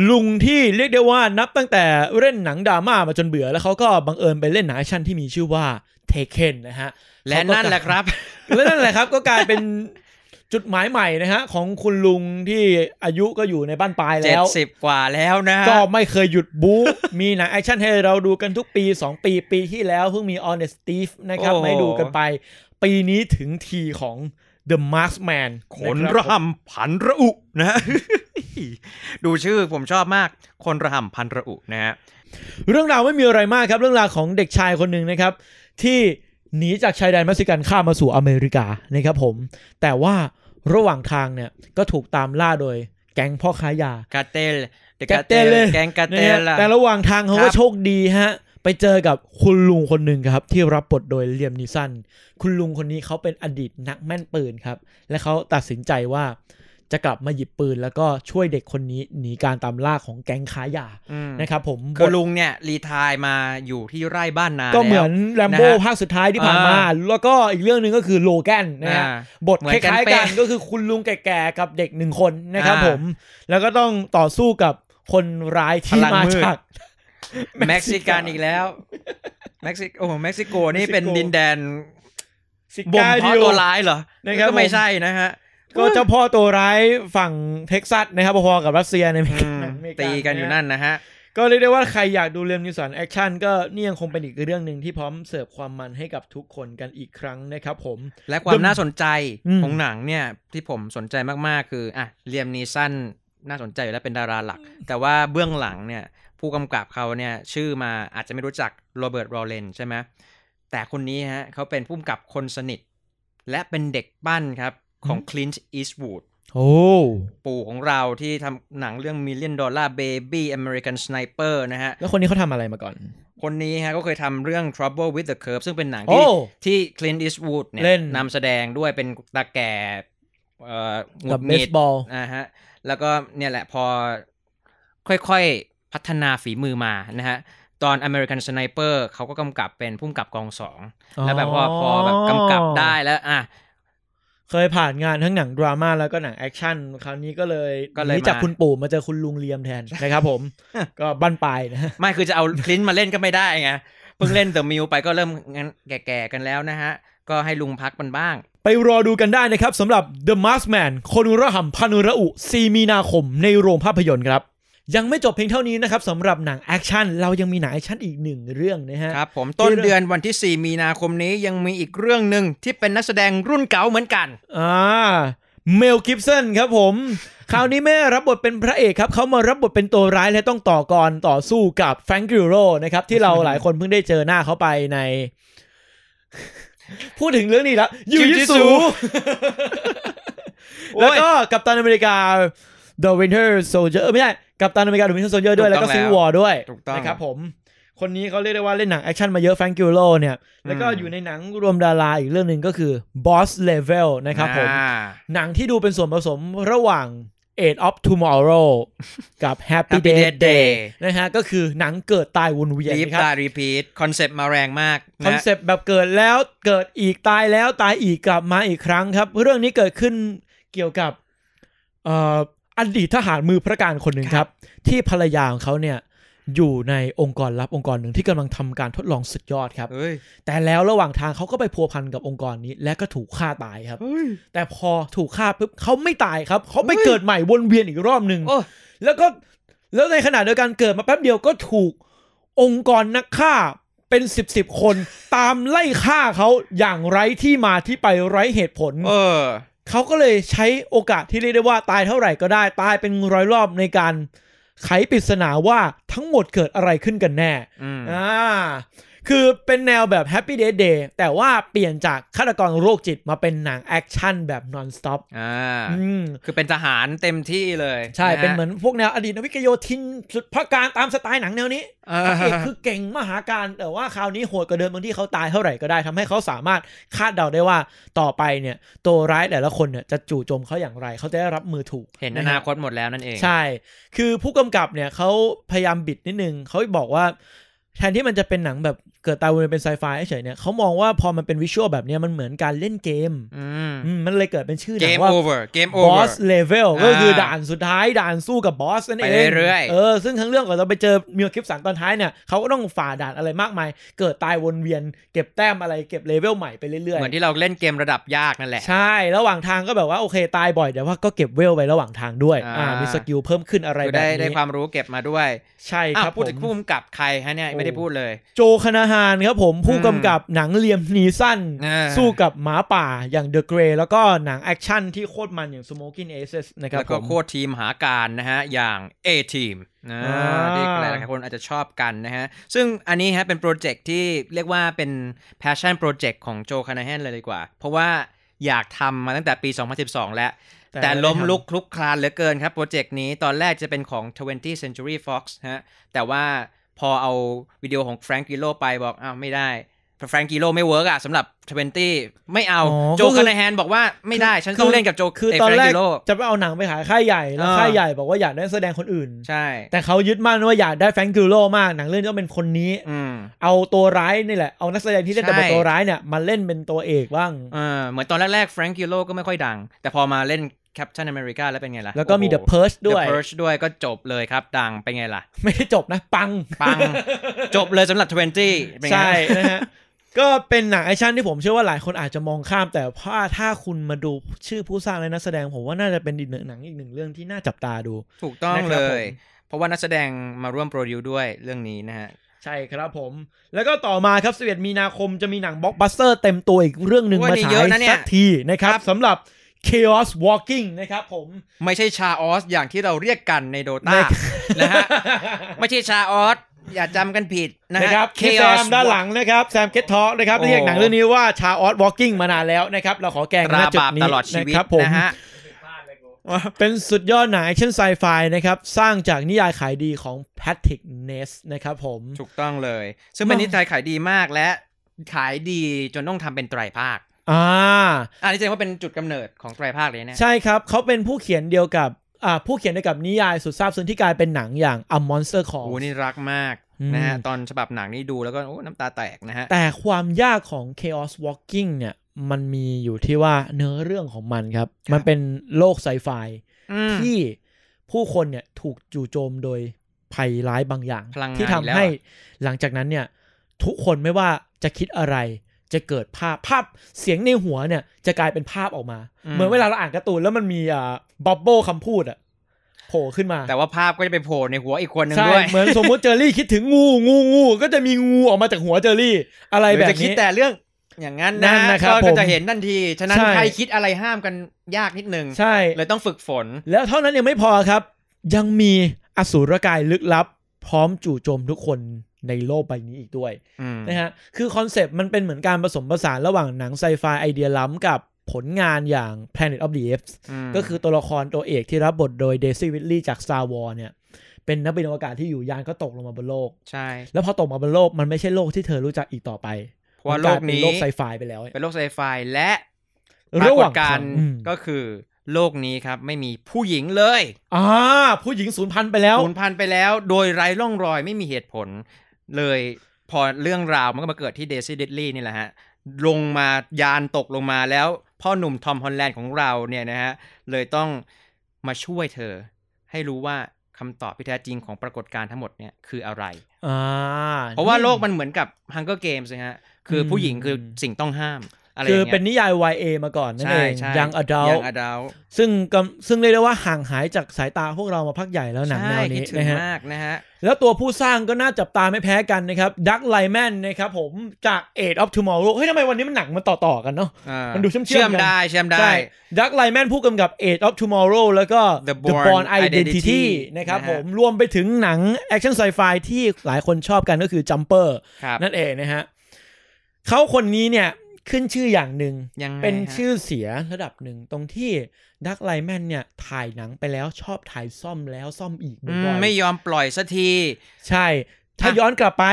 ลุงที่เรียกได้ว่านับตั้งแต่เล่นหนังดราม่ามาจนเบื่อ แล้วเขาก็บังเอิญไปเล่นหนังแอคชั่นที่มีชื่อว่าเทเคนนะฮะ
และ
เขาก็
นั่นแหละครับ
และนั่นแหละครับ ก็กลายเป็นจุดหมายใหม่นะฮะ ของคุณลุงที่อายุก็อยู่ในบ้านปลาย
เจ็
แล้
ด
ว
สิบกว่าแล้วนะฮะ
ก็ไม่เคยหยุดบู๊ มีหนังแอคชั่นให้เราดูกันทุกปี 2 ปีปีที่แล้วเพิ่งมี Honest Thief นะครับไม่ดูกันไป ปีนี้ถึงทีของ The Marksman
ข
ะ
น
ครับ
ระห่ำพันระอุนะ ฮะ ดูชื่อผมชอบมาก คนระห่ำพันระอุนะฮะ
เรื่องราวไม่มีอะไรมากครับ เรื่องราวของเด็กชายคนหนึ่งนะครับ ที่หนีจากชายแดนเม็กซิกันข้ามมาสู่อเมริกานะครับผม แต่ว่าระหว่างทางเนี่ยก็ถูกตามล่าโดยแก๊งพ่อค้ายา
กาเตลเดอะ
Cartel เลย
แกงกาเตล
นะฮะ
ล่ะ
แต่ระหว่างทางเขา
ครั
ก็
บ
โชคดีฮะ ไปเจอกับคุณลุงคนหนึ่งครับ ที่รับบทโดยเลียมนิสัน คุณลุงคนนี้เขาเป็นอดีตนักแม่นปืนครับ และเขาตัดสินใจว่าจะกลับมาหยิบปืน แล้วก็ช่วยเด็กคนนี้หนีการตามล่าของแก๊งค้ายา
อืม
นะครับผม
คือลุงเนี่ย รีไทายมาอยู่ที่ไร่บ้านนา
ก็เหมื
แล้ว
อนแรมโบ้
นะฮะ
ภาคสุดท้ายที่ผ่านมา
อ่า
แล้วก็อีกเรื่องหนึ่งก็คือโลแกนนะฮะ
อ่า
บท
เหมื
ค
อนกัน
ล้ายๆกัน
เป๊ะ
ก็คือคุณลุงแก่ๆกับเด็กหนึ่งคนนะครับ
อ่า
ผม แล้วก็ต้องต่อสู้กับคนร้ายที่
พลัง
มา
มืด
จาก
เม็กซิกันอีก แล้วเม็กซิโอ้เม็กซิโกนี่เป็น
เม็กซิโก
ดินแดน
ซิ
บ่ม
ก้า
เพาะ
ดิ
ตัวร้ายเหรอ
นะครับ
ก็ไม่ใช่นะฮะ
ก็เจ้าพ่อตัวร้ายฝั่งเท็กซัสนะครับพอๆกับรัสเซียในอเมริ
อื
กาม อเมริา
ตีกันอยู่นั่นนะฮะ
ก็เรียกได้ว่าใครอยากดูเรียมนิวสันแอคชั่นก็นี่ยังคงเป็นอีกเรื่องหนึ่งที่พร้อมเสิร์ฟความมันให้กับทุกคนกันอีกครั้งนะครับผม
และความ
เดิม
น่าสนใจ
อืม
ของหนังเนี่ยที่ผมสนใจมากๆ คืออ่ะเลียมนีสันน่าสนใจอยู่แล้วเป็นดาราหลัก แต่ว่าเบื้องหลังเนี่ยผู้กำกับเขาเนี่ยชื่อมาอาจจะไม่รู้จักโรเบิร์ตรอเลนใช่ไหมแต่คนนี้ฮะเขาเป็นผู้กำกับคนสนิท และเป็นเด็กปั้นครับ ของ
อืม
คลิน t ์อีส w ูด
โอ้
ปู่ของเราที่ทำหนังเรื่อง Million Dollar Baby American Sniper นะฮะ
แล้วคนนี้เขาทำอะไรมาก่อน
คนนี้ฮะก็เคยทำเรื่อง Trouble with the Curve ซึ่งเป็นหนัง
โอ้
ที่ที่ Clint Eastwood เนี่ย
เล่น
นำแสดงด้วยเป็นตาแก่เอ่อหงุ
กับ
ดห
เบ
งิ
ส
ด
บอล
อ่าฮะแล้วก็เนี่ยแหละพอค่อยๆพัฒนาฝีมือมานะฮะ ตอน American Sniper เขาก็กำกับเป็นผู้กำกับกองสอง แล้วแบบว่าพอแบบกำกับได้แล้วอ่ะ
เคยผ่านงานทั้งหนังดราม่าแล้วก็หนังแอคชั่นคราวนี้ก็เลย
ก็เลย
หนีจาก
มา
คุณปู่มาเจอคุณลุงเลียมแทนนะครับ ผม ก็บั้นปลายนะฮะ
ไม่คือจะเอาคลินต์มาเล่นก็ไม่ได้ไงเพิ่งเล่นเดอะมิวไปก็เริ่มงั้นแก่ๆกันแล้วนะฮะ ก็ให้ลุงพักมันบ้าง
ไปรอดูกันได้นะครับสำหรับ The Mask Man คนระห่ำพันระอุ 4 มีนาคมในโรงภาพยนตร์ครับ ยังไม่จบเพียงเท่านี้นะครับสำหรับหนังแอคชั่นเรายังมีหนังแอคชั่นอีกหนึ่งเรื่องนะฮะ
ครับผมต้นเดือนวันที่ 4 มีนาคมนี้ยังมีอีกเรื่องหนึ่งที่เป็นนักแสดงรุ่นเก่าเหมือนกัน
อ่าเมลกิฟสันครับผม คราวนี้แม่รับบทเป็นพระเอกครับเขามารับบทเป็นตัวร้ายและต้องต่อกรต่อสู้กับแฟรงกิโรนะครับ ที่เราหลายคนเพิ่งได้เจอหน้าเขาไปใน พูดถึงเรื่องนี้แล้วยูยิสู แล้วก็กัปตันอเมริกา The Winter Soldier เอ้ยไม่ใช่กัปตันอเมริกา The Winter Soldier ด้วย
ถู
แล้
ก
ว
ต้อ
ก็
ง
ซิ
แล้ว
ววอร์ด้วย
ถูกต้อง
นะครับผม คนนี้เขาเรียกได้ว่าเล่นหนังแอคชั่นมาเยอะแฟรงกิโลเนี่ย แล้วก็
อืม
อยู่ในหนังรวมดาราอีกเรื่องหนึ่งก็คือ Boss Level นะครับผม
อ่า
หนังที่ดูเป็นส่วนผสมระหว่าง Age of Tomorrow กับ Happy
แฮปปี้
Death
เดทเด
Day
ย์
นะฮะก็คือหนังเกิดตายวนเวียน
รีบ
นะครับ
ตารีพีทคอนเซปต์มาแรงมาก
คอน
นะ
เซปต์แบบเกิดแล้วเกิดอีกตายแล้วตายอีกกลับมาอีกครั้งครับ เรื่องนี้เกิดขึ้นเกี่ยวกับเอ่ออดีตทหารมือพระการคนหนึ่งครับ ที่ภรรยาของเขาเนี่ยอยู่ในองค์กรลับองค์กรหนึ่งที่กำลังทำการทดลองสุดยอดครับ
เฮ้ย
แต่แล้วระหว่างทางเขาก็ไปพัวพันกับองค์กรนี้ และก็ถูกฆ่าตายครับ
เฮ้ย
แต่พอถูกฆ่าปุ๊บเขาไม่ตายครับเขาไป
เฮ้ย
เกิดใหม่วนเวียนอีกรอบหนึ่ง
โอ้
แล้วก็แล้วในขณะเดียวกันเกิดมาแป๊บเดียวก็ถูกองค์กรนักฆ่าเป็นสิบสิบคน ตามไล่ฆ่าเขาอย่างไร้ที่มาที่ไปไร้เหตุผล
เออ
เขาก็เลยใช้โอกาสที่เรียกได้ว่าตายเท่าไหร่ก็ได้ ตายเป็นร้อยรอบในการไขปริศนาว่าทั้งหมดเกิดอะไรขึ้นกันแน่
อืม
อ่าคือเป็นแนวแบบ Happy Day Day แต่ว่าเปลี่ยนจากฆาตกรโรคจิตมาเป็นหนังแอคชั่นแบบ non stop
อ่า
อืม
คือเป็นทหารเต็มที่เลย
ใช่
ะฮะ
เป็นเหมือนพวกแนวอดีตนวิกโยธินสุดพระการตามสไตล์หนังแนวนี้
อ่า
พระเอกคือเก่งมหาการแต่ว่าคราวนี้โหดกว่าเดิมบางที่เขาตายเท่าไหร่ก็ได้ทำให้เขาสามารถคาดเดาได้ว่าต่อไปเนี่ย ตัวร้ายแต่ละคนเนี่ยจะจู่โจมเขาอย่างไร เขาจะได้รับมือถูก
เห็นอะ นา
ฮะ
คตหมดแล้วนั่นเอง
ใช่ คือผู้กำกับเนี่ยเขาพยายามบิดนิดนึง เขาบอกว่า แทนที่มันจะเป็นหนังแบบเกิดตายวนเป็นไซไฟเฉยๆเนี่ยเขามองว่าพอมันเป็นวิชวลแบบเนี้ยมันเหมือนการเล่นเกม
อืม
อืมมันเลยเกิดเป็นชื่อห
เก
นัง
ม
ว่า
โอเวอร์ เกมโอบ
อ
เวอ
ส
ร์
เลเวล
อ่า
ก็คือด่านสุดท้ายด่านสู้กับบอสนั่นเอง
ไปเรื่อยๆ
เออซึ่งทั้งเรื่องก่อนเราไปเจอมิวคลิปสันตอนท้ายเนี่ยเขาก็ต้องฝ่าด่านอะไรมากมาย เกิดตายวนเวียน เก็บแต้มอะไรเก็บเลเวลใหม่ไปเรื่อย
เหมือนที่เราเล่นเกมระดับยากนั่นแหละ
ๆ ใช่ ระหว่างทางก็แบบว่าโอเคตายบ่อยแต่ว่าก็เก็บเวลไประหว่างทางด้วย
อ่า
อ่ามีสกิลเพิ่มขึ้นอะไร
คือ
แบบ
ได้ได้
นี้
ความรู้เก็บมาด้วย
ใช่
อ้า
ครั
ว
บ
พูด
ผ
ถึง
ม
ผู้กำกับใครฮะเนี่ยไม่ได้พูดเลย
โจคณาฮานครับผมผู้กำกับหนังเหลี่ยมนีสั้น
อ่า
สู้กับหมาป่าอย่าง The Grey แล้วก็หนังแอคชั่นที่โคตรมันอย่าง Smoking Aces นะครับ
แล้วก็
ผม
โค้ชทีมหาการนะฮะ อย่าง A Team นะ
อ่า
ที่หลายๆคนอาจจะชอบกันนะฮะ ซึ่งอันนี้ฮะเป็นโปรเจกต์ที่เรียกว่าเป็น passion project ของโจคานาแฮนเลยดีกว่า เพราะว่าอยากทำมาตั้งแต่ปี 2012 แล้ว แต่ล้มลุกคลุกคลานเหลือเกินครับ โปรเจกต์นี้ตอนแรกจะเป็นของ 20th Century Fox ฮะ แต่ว่าพอเอาวิดีโอของแฟรงกิโลไปบอกอ้าวไม่ได้แฟรงกิโลไม่เวิร์กอะสำหรับ 20 ไม่เอา
อ๋อ
โจ
ก็คือ
คานาแฮนบอกว่าไม่ได้ฉันต้องเล่นกับโจ
คือ
เย
ตอนแรก
Frank Grillo
จะไปเอาหนังไปขายค่ายใหญ่ แล้ว
อ่า
ค่ายใหญ่บอกว่าอยากได้นักแสดงคนอื่น
ใช่
แต่เขายึดมั่นว่าอยากได้แฟรงกิโลมาก หนังเรื่องนี้ต้องเป็นคนนี้
อืม
เอาตัวร้ายนี่แหละ เอานักแสดงที่เล่นแต่บท
ใช่
ตัวร้ายเนี่ยมาเล่นเป็นตัวเอกบ้าง
เออเหมือนตอนแรกๆแฟรงกิโลก็ไม่ค่อยดัง แต่พอมาเล่น Captain America แล้วเป็นไงล่ะ
แล้วก็มี The Purge
ด้
ด้
ว
วย ย
The Purge ด้วยก็จบเลยครับ ดังเป็นไงล่ะ
ไม่ได้จบนะ ปัง
ปัง จบเลยสำหรับ 20 เป็นไง
ใช่นะฮะ ก็เป็นหนังแอคชั่นที่ผมเชื่อว่าหลายคนอาจจะมองข้าม แต่ถ้าถ้าคุณมาดูชื่อผู้สร้างและนักแสดงผมว่าน่าจะเป็นอีกหนึ่งหนังอีกหนึ่งเรื่องที่น่าจับตาดู
ถูกต้อง
นะครับ
เล
ผ
ย
ม
เพราะว่านักแสดงมาร่วมโปรดิวด้วยเรื่องนี้นะฮะ
ใช่ครับผม แล้วก็ต่อมาครับ11มีนาคมจะมีหนังบล็อกบัสเตอร์เต็มตัวอีกเรื่องหนึ่ง
โอ้ย
มา
นี่
ฉา
เยอะ
ย
นะเนี่ย
สักทีนะครับสำหรับ Chaos Walking นะครับผม
ไม่ใช่ชาออสอย่างที่เราเรียกกันในโดตา
ไม่
นะฮะ ไม่ใช่ชาออสอย่าจำกันผิดนะฮะ
นะครับที่
Chaos
แซมด้านหลังนะครับแซมเกตทอนะครับ
โอ้
เรียกหนังเรื่องนี้ว่าชาออสวอล์กิ่งมานานแล้วนะครับ เราขอแกง
ตรา
ณจุด
บาป
นี้
ตลอดชีวิต
นะครับผม
นะฮะ
เป็นสุดยอดหนังแอคชั่นไซไฟนะครับ สร้างจากนิยายขายดีของแพทริกเนสนะครับผม
ถูกต้องเลย ซึ่งเป็น
มา
นิทานขายดีมากและขายดีจนต้องทำเป็นไตรภาค
อ่า
อันนี้แสดงว่าเป็นจุดกำเนิดของไตรภาคเลยเนี่ย
ใช่ครับ เขาเป็นผู้เขียนเดียวกับอ่าผู้เขียนเดียวกับนิยายสุดซาบซึ้งที่กลายเป็นหนังอย่าง A Monster
โอ้
Calls
นี่รักมาก
อืม
นะฮะ ตอนฉบับหนังนี่ดูแล้วก็โอ้น้ำตาแตกนะฮะ
แต่ความยากของ Chaos Walking เนี่ย มันมีอยู่ที่ว่าเนื้อเรื่องของมันครับ มันเป็นโลกไซไฟ
อืม
ที่ผู้คนเนี่ยถูกจู่โจมโดยภัยร้ายบางอย่าง
พลังงาน
ที่ทำ
อีกแล้ว
ให้
อะ
หลังจากนั้นเนี่ย ทุกคนไม่ว่าจะคิดอะไร จะเกิดภาพภาพเสียงในหัวเนี่ย จะกลายเป็นภาพออกมา เหมือนเวลาเราอ่านการ์ตูนแล้วมันมีอ่าบับเบิลคำพูดอะโผล่ขึ้นมา
แต่ว่าภาพก็จะไปโผล่ในหัวอีกคนหนึ่ง
ใช่
ด้วย
เหมือนสมมติเจอรี่คิดถึงงูงูงูก็จะมีงูออกมาจากหัวเจอรี่ อะไร
หรื
แบ
อบ จะคิด
นี้
แต่เรื่องอย่างนั้น
นั่
นะ
นนะครับ
ก็
ผม
ก็จะเห็นทันที ฉะนั้น
ใช่
ใครคิดอะไรห้ามกันยากนิดนึง
ใช่
เลยต้องฝึกฝน
แล้วเท่านั้นยังไม่พอครับ ยังมีอสูรกายลึกลับ พร้อมจู่โจมทุกคนในโลกใบนี้อีกด้วย
อืม
นะฮะคือคอนเซปต์มันเป็นเหมือนการผสมผสานระหว่างหนังไซไฟไอเดียล้ำกับผลงานอย่าง Planet of the Apes
ม
ก็คือตัวละครตัวเอกที่รับบทโดยเดซี่วิลลี่จาก Star Wars เนี่ย เป็นนักบินอวกาศที่อยู่ยานก็ตกลงมาบนโลก
ใช่
แล้วพอตกมาบนโลกมันไม่ใช่โลกที่เธอรู้จักอีกต่อไป
เพราะว่าโลกนี้
มัายเป็นโลกไซไฟไปแล้ว
เป็นโลกไซไฟและป
ระ
ราก
หว่า
ฏ
ง
การ
ท
ณ์
งอืม
ก็คือโลกนี้ครับ ไม่มีผู้หญิงเลย
อ่าผู้หญิงสูญพันธุ์ไปแล้ว
สูญพันธุ์ไปแล้วโดยไร้ร่องรอยไม่มีเหตุผล เลยพอเรื่องราวมันก็มาเกิดที่เดซี่เดดลี่นี่แหละฮะ ลงมายานตกลงมาแล้ว พ่อหนุ่มทอมฮอลแลนด์ของเราเนี่ยนะฮะ เลยต้องมาช่วยเธอ ให้รู้ว่าคำตอบที่แท้จริงของปรากฏการณ์ทั้งหมดเนี่ยคืออะไร
อ่า
เพราะว่าโลกมันเหมือนกับฮังเกอร์เกมส์นะฮะ คือผู้หญิงคือสิ่งต้องห้ามอะไรอ
คื
ย่า
อง เป็น
เงี้ย
นิยาย YA มาก่อนนั่นเองยังอดัล
ยังอดัล
ซึ่งกำซึ่งเรียกได้ว่าห่างหายจากสายตาพวกเรามาพักใหญ่แล้วหนังแนว
คิด
นี้
ถึง
นะฮะ
มากนะฮะ
แล้วตัวผู้สร้างก็น่าจับตาไม่แพ้กันนะครับดักไลแมนนะครับผมจาก Age of Tomorrow เฮ้ยทำไมวันนี้มันหนังมันต่อ ๆ กันเนาะ
อ่า
มันดูเชื่อมๆกัน
ได้เชื่อมได้
ดักไลแมนผู้กำกับ Age of Tomorrow แล้วก็
The
The
Bourne
Born Identity
Identity
นะครับ
นะฮะ
ผมรวมไปถึงหนังแอคชั่นไซไฟที่หลายคนชอบกันก็คือ Jumper
ครับ
นั่นเองนะฮะเขาคนนี้เนี่ยขึ้นชื่ออย่างหนึ่ง
ยังไง
เป็น
ฮะ
ชื่อเสียระดับหนึ่งตรงที่ดักไลแมนเนี่ยถ่ายหนังไปแล้วชอบถ่ายซ่อมแล้วซ่อมอีกบ่
อื
อ
ม
ยๆ
ไม่ยอมปล่อยสักที
ใช่ ถ้า
อ่ะ
ย้อนกลับไป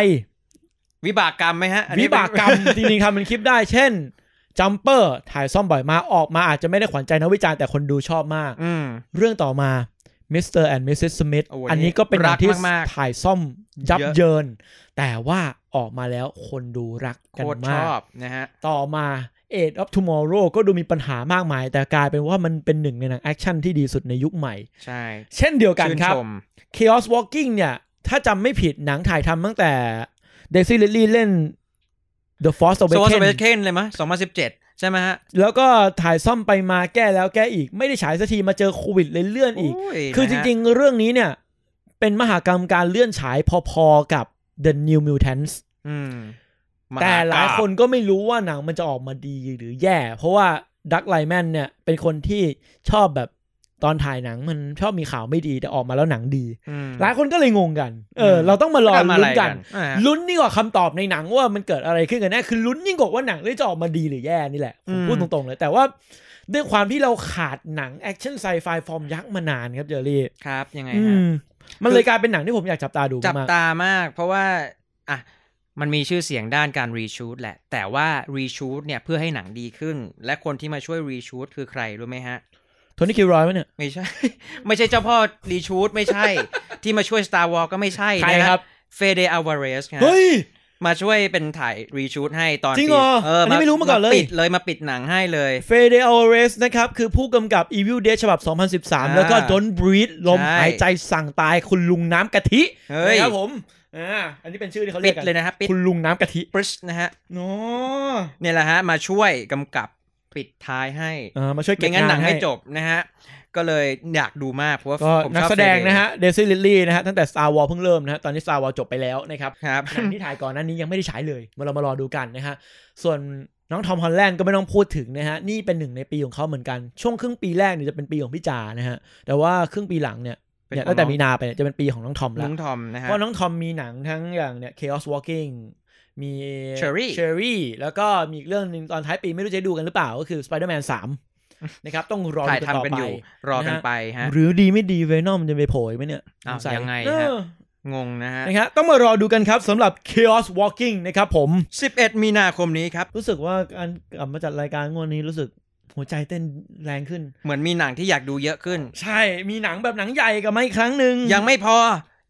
วิบากกรรมไหมฮะอันนี้
วิบากกรรม จริงๆทำเป็นคลิปได้ เช่นจัมเปอร์ถ่ายซ่อมบ่อยมากออกมาอาจจะไม่ได้ขวัญใจนักวิจารณ์แต่คนดูชอบมาก
อืม
เรื่องต่อมามิสเตอร์แอนด์มิสซิสสมิธ
โอ้โห
อันนี้ก็เป็นหนังที่
รักมากๆ
ถ่ายซ่อมยับ
เยอะ
เยิน แต่ว่าออกมาแล้วคนดูรัก
โค
กัน
ตรช
มาก
อบนะฮะ
ต่อมา Age of Tomorrow ก็ดูมีปัญหามากมาย แต่กลายเป็นว่ามันเป็นหนึ่งในหนังแอคชั่นที่ดีสุดในยุคใหม่
ใช่
เช่นเดียวกัน
ชื่น
ครั
ช
บ
ม
Chaos Walking เนี่ย ถ้าจำไม่ผิดหนังถ่ายทำตั้งแต่ Daisy Ridley เล่น The Force
โซลสเป
Awakens
เคนเลยมะสองพันสิบเจ็ดใช่ไหมฮะ
แล้วก็ถ่ายซ่อมไปมาแก้แล้วแก้อีก ไม่ได้ฉายสักทีมาเจอโควิดเลยเลื่อนอีก
โย
คือจ
นะฮะ
ริงๆ เรื่องนี้เนี่ย เป็นมหากรรมการเลื่อนฉายพอๆกับ The New Mutants
อืมม
แต่
กร
หลายคนก็ไม่รู้ว่าหนังมันจะออกมาดีหรือแย่ เพราะว่าดักไลแมนเนี่ยเป็นคนที่ชอบแบบตอนถ่ายหนังมันชอบมีข่าวไม่ดีแต่ออกมาแล้วหนังดี
อืม
หลายคนก็เลยงงกัน เอออ
ม
เราต้องมารอลุ้นกัน
อ่าฮะ
ลุ้นนี่งกว่าคำตอบในหนังว่ามันเกิดอะไรขึ้นกันแน่คือลุ้นยิ่งกว่าว่าหนังเรื่องจะออกมาดีหรือแย่นี่แหละผมพูด
อื
ต
ม
รงๆเลย แต่ว่าด้วยความที่เราขาดหนังแอคชั่นไซไฟฟอร์มยักษ์มานานครับเจอรี่
ครับยังไง
อื
ฮะ
มมันเลยกลายเป็นหนังที่ผมอยากจับตาดู
จับ
มาก
ตามาก เพราะว่าอ่ะมันมีชื่อเสียงด้านการรีชูตแหละ แต่ว่ารีชูตเนี่ยเพื่อให้หนังดีขึ้น และคนที่มาช่วยรีชูตคือใครรู้ไหมฮะ
ๆโทนี่คิวรอยไหมเนี่ย
ไม่ใช่ ไม่ใช่เจ้าพ่อรีชูดไม่ใช่ ที่มาช่วย Star Wars ก็ไม่ใช่
ใคร
นะครับ เฟเดอ a วาเรส
เฮ้ย
มาช่วยเป็นถ่ายรีชูดให้ตอน
จริงเหรอ
ปีเออ
อันนี้ไม่รู้มาก่อนเลย
ปิดเลยมาปิดหนังให้เลย
เฟเดอเรสนะครับ คือผู้กำกับ Evil Dead ฉบับ 2013 แล้วก็ Don't Breathe ลม
ใช่
หายใจสั่งตายคุณลุงน้ำกะทิ
เฮ้ย
นะครับผมอ่าอันนี้เป็นชื่อที่เขา
ปิ
เรีย
ด
กกัน
เลยนะครับปิด
คุณลุงน้ำกะทิ
ปริชนะฮะ
เนาะ
เนี่ยแหละฮะ มาช่วยกำกับปิดท้ายให้
อ่ามาช่วยเก็
ไม่
บ
งั้น
งาน
หนัง
ให้
ไม่จบนะฮะ ก็เลยอยากดูมากเพราะว่า
ก็
ผมชอบ
นักแสดง
เฟเ
นะฮะเดซี่ลิลลี่นะฮะ ตั้งแต่ Star Wars เพิ่งเริ่มนะฮะ ตอนนี้ Star Wars จบไปแล้วนะครับ
ครับ
หนังที่ถ่ายก่อนหนั้นนี้ยังไม่ได้ฉายเลยมาเรามารอดูกันนะฮะ ส่วนน้องทอมฮอลแลนด์ก็ไม่ต้องพูดถึงนะฮะนี่เป็นหนึ่งในปีของเขาเหมือนกันช่วงครึ่งปีแรกเนี่ยจะเป็นปีของพี่จานะฮะแต่ว่าครึ่งปีหลังเนี่ย เนี่ยตั้งแต่มีนาไปเนี่ยจะเป็นปีของน้องทอมแล้
ลุ
ว
งทอมนะฮะ
เพราะน้องทอมมีหนังทั้งอย่างเนี่ย Chaos Walking มี
Cherry
เชอรี่แล้วก็มีอีกเรื่องหนึงตอนท้ายปีไม่รู้จะได้ดูกันหรือเปล่าก็คือ Spider-Man 3 นะครับ ต้องรอ
ถ่าย
ดูกันต่อ
ทำกัน
ไป
อยู่รอกัน
นะฮะ
ไปฮะ
หรือดีไม่ดี Venom จะไปโผล่อีกไหมเนี่ย
อ้าว
สสั
ยังไงฮะ
เออง
งนะฮะ
นะครับต้องมารอดูกันครับสำหรับ Chaos Walking นะครับผม
11 มีนาคมนี้ครับ
รู้สึกว่าการกลับมาจัดรายการงวดนี้รู้สึกหัวใจเต้นแรงขึ้น
เหมือนมีหนังที่อยากดูเยอะขึ้น
ใช่มีหนังแบบหนังใหญ่กลับมาอีกครั้งหนึ่ง
ยังไม่พอ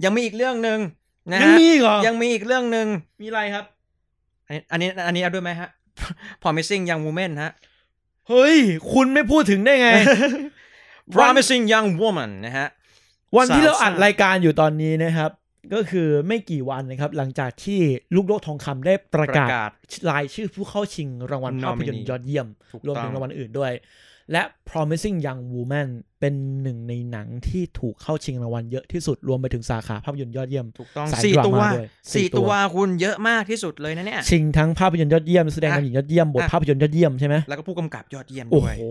ยังมีอีกเรื่องหนึ่งนะ
ยัง
ฮะ
มีอีกเหรอ
ยังมีอีกเรื่องหนึ่ง
มีอะไรครับ
อันนี้อันนี้อันนี้เอาด้วยไหมฮะ promising young woman ฮะ
เฮ้ย คุณไม่พูดถึงได้ไง
promising young woman นะฮะ
วันที่เราอัด
สามสาม
รายการอยู่ตอนนี้นะครับ ก็คือไม่กี่วันนะครับ หลังจากที่ลูกโลกทองคำได้ประกาศ รายชื่อผู้เข้าชิงรางวัล
Nominee
ภาพยนตร์ยอดเยี่ยม
ถูก
รวม
ต้อ
ถึ
ง
งรางวัลอื่นด้วย และ Promising Young Woman เป็นหนึ่งในหนังที่ถูกเข้าชิงรางวัลเยอะที่สุดรวมไปถึงสาขาภาพยนตร์ยอดเยี่ยม
ถูกต้อง
สาย
สี่
ดรา
ตั
ม่า
ว
ด้วยสี่
สี่
ตั
ตัว วคุณเยอะมากที่สุดเลยนะเนี่ย
ชิงทั้งภาพยนตร์ยอดเยี่ยมแสดง
อ่ะ
นำหญิงยอดเยี่ยมบท
อ่ะ
ภาพยนตร์ยอดเยี่ยมใช่ไหม
แล้วก็ผู้กำกับยอดเยี่ยม
โอ้
ด้วย
โห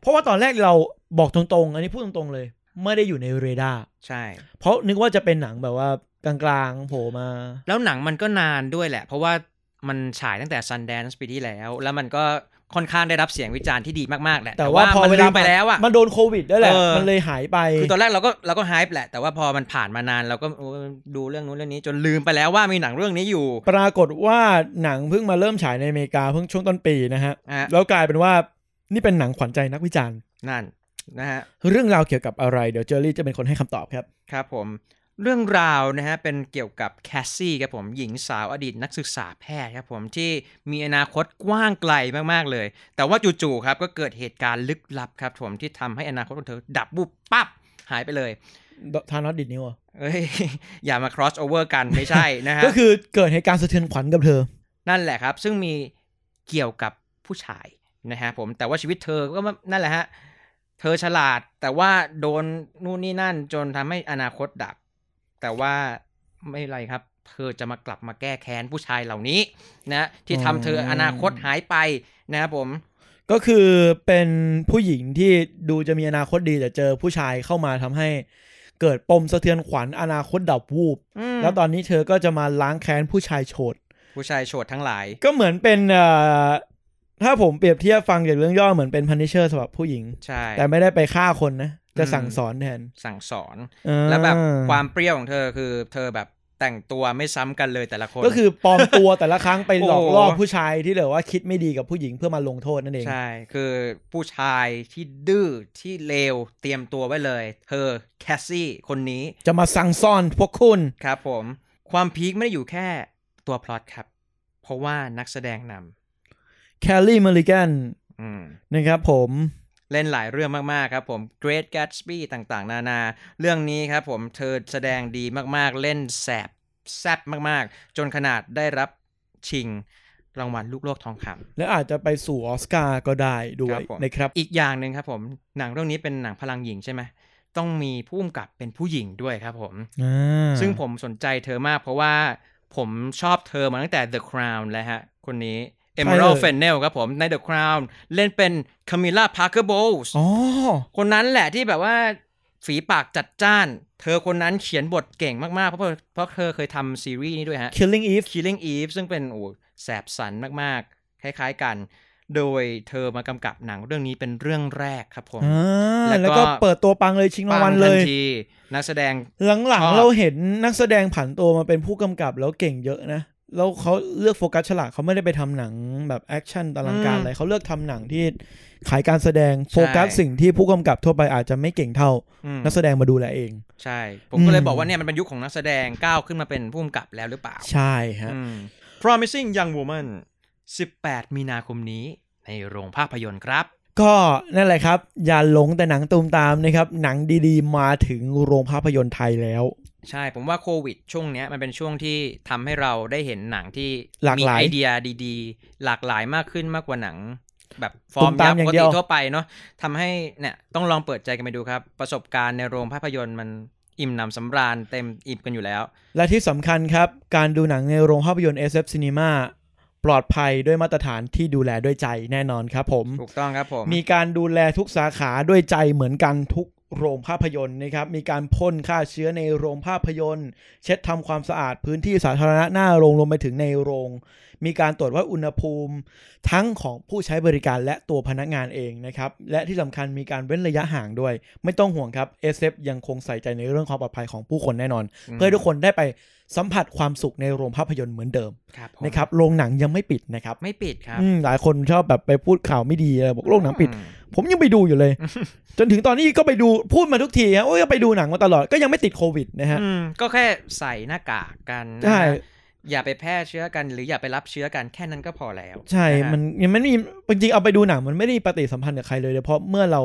เพราะว่าตอนแรกเราบอกตรงๆ อันนี้พูดตรงๆเลย ไม่ได้อยู่ในเรดาร์
ใช่
เพราะนึกว่าจะเป็นหนังแบบว่ากลางๆโผล่มา
แล้วหนังมันก็นานด้วยแหละ เพราะว่ามันฉายตั้งแต่ Sundance ปีที่แล้ว แล้วมันก็ค่อนข้างได้รับเสียงวิจารณ์ที่ดีมากๆแหละ
แต่ว่าพอน เวลา
ลืมไปแล้วอะ
มันโดนโควิดด้วยแหละ
เออ
มันเลยหายไป
คือตอนแรกเราก็เราก็ไฮป์แหละ แต่ว่าพอมันผ่านมานานเราก็โอ้ยดูเรื่องนู้นเรื่องนี้จนลืมไปแล้วว่ามีหนังเรื่องนี้อยู่
ปรากฏว่าหนังเพิ่งมาเริ่มฉายในอเมริกาเพิ่งช่วงต้นปีนะฮะ
อ่ะ
แล้วกลายเป็นว่านี่เป็นหนังขวัญใจนักวิจารณ์
นั่นนะฮะ
เรื่องราวเกี่ยวกับอะไร เดี๋ยวเจอรี่จะเป็นคนให้คำตอบครับ
ครับผมเรื่องราวนะฮะเป็นเกี่ยวกับแคสซี่ครับผมหญิงสาวอดีตนักศึกษาแพทย์ครับผมที่มีอนาคตกว้างไกลมากๆเลย แต่ว่าจู่ๆครับก็เกิดเหตุการณ์ลึกลับครับผมที่ทำให้อนาคตของเธอดับบุบปั๊บหายไปเลย
ทานอสดิดนิ้วอะ
เอ้ย อย่ามา cross over กันไม่ใช่นะฮะ
ก็คือเกิดเหตุการณ์สะเทือนขวัญกับเธอ
นั่นแหละครับ ซึ่งมีเกี่ยวกับผู้ชายนะฮะผมแต่ว่าชีวิตเธอก็ไม่นั่นแหละฮะเธอฉลาดแต่ว่าโดนนู่นนี่นั่นจนทำให้อนาคตดับ แต่ว่าไม่เป็นไรครับ เธอจะมากลับมาแก้แค้นผู้ชายเหล่านี้นะที่ทำเธออ
ม
อนาคตหายไปนะครับผม
ก็คือเป็นผู้หญิงที่ดูจะมีอนาคตดีแต่เจอผู้ชายเข้ามาทำให้ เกิดปมสะเทือนขวัญอนาคตดับวูบ
อืม
แล้วตอนนี้เธอก็จะมาล้างแค้นผู้ชายโฉด
ผู้ชายโฉดทั้งหลาย
ก็เหมือนเป็นเอ่อถ้าผมเปรียบเทียบฟังจากเรื่องย่อเหมือนเป็นพันนิเชอร์สำหรับผู้หญิง
ใช่
แต่ไม่ได้ไปฆ่าคนนะ จะสั่งสอนแทน
สั่งสอน
เออ
แล้วแบบความเปรี้ยวของเธอคือเธอแบบแต่งตัวไม่ซ้ำกันเลยแต่ละคน
ก็คือปลอมตัวแต่ละครั้งไปหลอก
โอ้
ล่อผู้ชายที่แบบว่าคิดไม่ดีกับผู้หญิงเพื่อมาลงโทษนั่นเอง
ใช่ คือผู้ชายที่ดื้อที่เลวเตรียมตัวไว้เลย เธอแคสซี่คนนี้
จะมาสั่งซ่อนพวกคุณ
ครับผม ความพีคไม่ได้อยู่แค่ตัวพล็อตครับ เพราะว่านักแสดงน
แคลรี่มาริแกน
ำอืม
นะครับผม
เล่นหลายเรื่องมาก ๆ ครับผม Great Gatsby ต่างๆ นานา เรื่องนี้ครับผมเธอแสดงดีมากๆ เล่นแสบแซบมากๆ จนขนาดได้รับชิงรางวัลลูกโลกทองคำ
และอาจจะไปสู่ออสการ์ก็ได้ด้วย
ครับผม
นะครับ
อีกอย่างหนึ่งครับผมหนังเรื่องนี้เป็นหนังพลังหญิงใช่ไหมต้องมีผู้กำกับเป็นผู้หญิงด้วยครับผม
อ่า
ซึ่งผมสนใจเธอมากเพราะว่าผมชอบเธอมาตั้งแต่ The Crown แล้วฮะ คนนี้ Emerald Fennell ครับผมใน The Crown เล่นเป็น Camilla Parker Bowles
อ๋อ
คนนั้นแหละที่แบบว่าฝีปากจัดจ้าน เธอคนนั้นเขียนบทเก่งมาก ๆ เพราะเพราะเธอเคยทำซีรีส์นี้ด้วยฮะ
คิลลิ่งอีฟ
Killing Eve ซึ่งเป็นโอ้แสบสันมาก ๆ คล้าย ๆ กัน โดยเธอมากำกับหนังเรื่องนี้เป็นเรื่องแรกครับผม แล้วก็
แล้วก็เปิดตัวปังเลยชิงรางวัล
ปั
เล
ทั
ย
ทีนักแสดง
หลัง
ชอบ
ๆเราเห็นนักแสดงผันตัวมาเป็นผู้กำกับแล้วเก่งเยอะนะ แล้วเขาเลือกโฟกัสฉลาดเขาไม่ได้ไปทำหนังแบบแอคชั่นตลังการอะไรเขาเลือกทำหนังที่ขายการแสดงโฟกัสสิ่งที่ผู้กำกับทั่วไปอาจจะไม่เก่งเท่า
อืม
นักแสดงมาดูแลเอง
ใช่ ผมก็เล
อื
ย
ม
บอกว่าเนี่ยมันเป็นยุคของนักแสดงก้าวขึ้นมาเป็นผู้กำกับแล้วหรือเปล่า
ใช่ฮะ
อืม Promising Young Woman 18 มีนาคมนี้ในโรงภาพยนตร์ครับ
ก็นั่นแหละครับ อย่าหลงแต่หนังตูมตามนะครับ หนังดีๆ มาถึงโรงภาพยนตร์ไทยแล้ว
ใช่ผมว่าโควิดช่วงเนี้ยมันเป็นช่วงที่ทำให้เราได้เห็นหนังที่
หลากหลาย
มีไอเดียดีๆ หลากหลายมากขึ้นมากกว่าหนัง แบบฟอร์
ตุ่
ม
มตาม
ยักษ์
อ
ป
ย่าง
กติ
เดียว
ทั่วไปเนาะทำให้เนี่ยต้องลองเปิดใจกันไปดูครับ ประสบการณ์ในโรงภาพยนตร์มันอิ่มหนำสำราญเต็มอิ่มกันอยู่แล้ว
และที่สำคัญครับ การดูหนังในโรงภาพยนตร์ SF Cinema ปลอดภัยด้วยมาตรฐานที่ดูแลด้วยใจแน่นอนครับผม
ถูกต้องครับผม
มีการดูแลทุกสาขาด้วยใจเหมือนกันทุกโรงภาพยนตร์นะครับ มีการพ่นฆ่าเชื้อในโรงภาพยนตร์ เช็ดทำความสะอาดพื้นที่สาธารณะหน้าโรงรวมไปถึงในโรง มีการตรวจวัดอุณหภูมิ ทั้งของผู้ใช้บริการและตัวพนักงานเองนะครับ และที่สำคัญมีการเว้นระยะห่างด้วย ไม่ต้องห่วงครับ SF ยังคงใส่ใจในเรื่องความปลอดภัยของผู้คนแน่นอน เพื่อให้ทุกคนได้ไปสัมผัสความสุขในโรงภาพยนตร์เหมือนเดิม
ครับผม
นะครับโรงหนังยังไม่ปิดนะครับ
ไม่ปิดครับ
อืมหลายคนชอบแบบไปพูดข่าวไม่ดีอะไรบอกโรงหนังปิด
อืม
ผมยังไปดูอยู่เลย จนถึงตอนนี้ก็ไปดูพูดมาทุกทีฮะโอ้ยก็ไปดูหนังมาตลอดก็ยังไม่ติดโควิดนะฮะ
อืมก็แค่ใส่หน้ากากกันนะ
ใช่
ฮะ อย่าไปแพร่เชื้อกันหรืออย่าไปรับเชื้อกันแค่นั้นก็พอแล้ว
ใช่
ะฮะ
มันยังไม่มีจริงๆเอาไปดูหนังมันไม่ได้ปฏิสัมพันธ์กับใครเลยเลยเพราะเมื่อเรา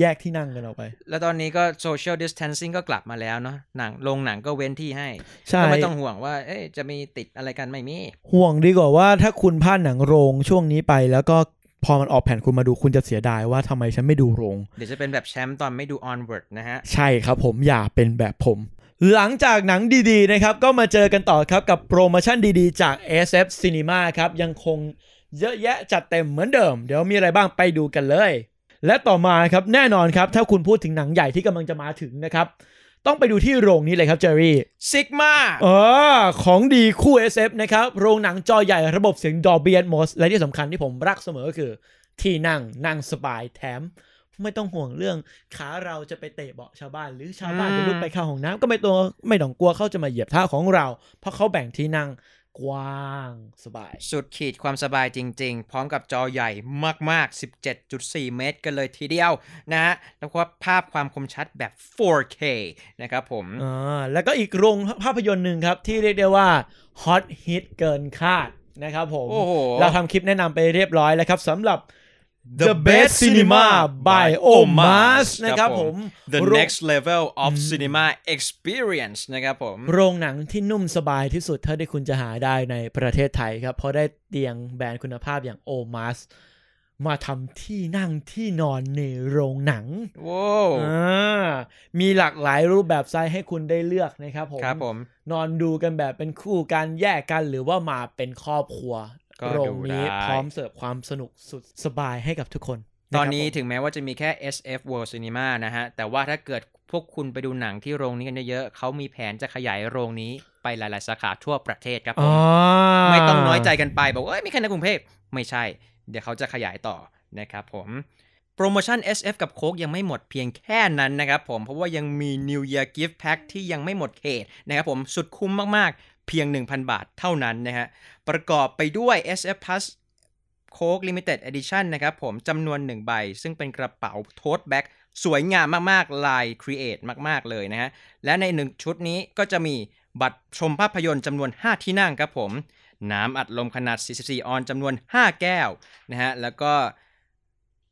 แยกที่นั่งกันออกไป
แล้วตอนนี้ก็ social distancing ก็กลับมาแล้วเนาะหนังโรงหนังก็เว้นที่ให้
ใช่
ก็ไม่ต้องห่วงว่า เอ๊ะจะมีติดอะไรกันไม่มี
ห่วงดีกว่าว่าถ้าคุณพลาดหนังโรงช่วงนี้ไป แล้วก็พอมันออกแผ่นคุณมาดูคุณจะเสียดายว่าทำไมฉันไม่ดูโรง
เดี๋ยวจะเป็นแบบแชมป์ตอนไม่ดู onward นะฮะ
ใช่ครับผมอย่าเป็นแบบผม หลังจากหนังดีๆนะครับ ก็มาเจอกันต่อครับกับโปรโมชั่นดีๆ จาก SF Cinema ครับ ยังคงเยอะแยะจัดเต็มเหมือนเดิม เดี๋ยวมีอะไรบ้างไปดูกันเลย และต่อมาครับแน่นอนครับ ถ้าคุณพูดถึงหนังใหญ่ที่กำลังจะมาถึงนะครับ ต้องไปดูที่โรงนี้เลยครับเจอรี่
sigma
เออของดีคู่ SF นะครับ โรงหนังจอใหญ่ระบบเสียงดอ b บี t m ม s และที่สำคัญที่ผมรักเสมอก็คือ ที่นั่งนั่งสบายแถม ไม่ต้องห่วงเรื่องขาเราจะไปเตะเบาะชาวบ้าน หรือชาวบ้าน
อืม
จะลุกไปเข้าห้องน้ำก็ไม่ตัวไม่ต้องกลัวเขาจะมาเหยียบเท้าของเรา เพราะเขาแบ่งที่นั่งกว้างสบาย
สุดขีดความสบายจริง ๆ พร้อมกับจอใหญ่มาก ๆ 17.4 เมตรกันเลยทีเดียวนะฮะ แล้วก็ภาพความคมชัดแบบ 4K นะครับผม
อ่าแล้วก็อีกโรงภาพยนตร์หนึ่งครับ ที่เรียกได้ว่าฮอตฮิตเกินคาดนะครับผม
โอ้โห
เราทำคลิปแนะนำไปเรียบร้อยแล้วครับสำหรับ
The Best Cinema by Omas
นะครับผม
The
โรง
next level of cinema experience นะครับผม
โรงหนังที่นุ่มสบายที่สุดเท่าที่คุณจะหาได้ในประเทศไทยครับ เพราะได้เตียงแบรนด์คุณภาพอย่างโอมาสมาทำที่นั่งที่นอนในโรงหนัง
โว้าว
อ่ามีหลากหลายรูปแบบไซส์ให้คุณได้เลือกนะครับผม
ครับผม
นอนดูกันแบบเป็นคู่กันแยกกันหรือว่ามาเป็นครอบครัว
ก็
โรงนี้
ดูได้
พร้อมเสิร์ฟความสนุกสุดสบายให้กับทุกคน
ตอนนี้
ะครับผม
ถึงแม้ว่าจะมีแค่ SF World Cinema นะฮะ แต่ว่าถ้าเกิดพวกคุณไปดูหนังที่โรงนี้กันเยอะๆเขามีแผนจะขยายโรงนี้ไปหลายๆ สาขาทั่วประเทศครับผ
อ๋
ม
อ
ไม่ต้องน้อยใจกันไป บอกว่าเอ้ยไม่แค่ในกรุงเทพไม่ใช่ เดี๋ยวเขาจะขยายต่อนะครับผมโปรโมชั่น SF กับโค้กยังไม่หมดเพียงแค่นั้นนะครับผม เพราะว่ายังมี New Year Gift Pack ที่ยังไม่หมดเขตนะครับผมสุดคุ้มมากๆ เพียง 1,000 บาทเท่านั้นนะฮะ ประกอบไปด้วย SF Plus โค้ก Limited Edition นะครับผมจำนวน 1 ใบ ซึ่งเป็นกระเป๋าโทสแบ็กสวยงามมากๆ ลายครีเอทมาก ๆ เลยนะฮะ และใน 1 ชุดนี้ก็จะมีบัตรชมภาพยนตร์จำนวน 5 ที่นั่งครับผม น้ำอัดลมขนาด 44 ออนจำนวน 5 แก้วนะฮะ แล้วก็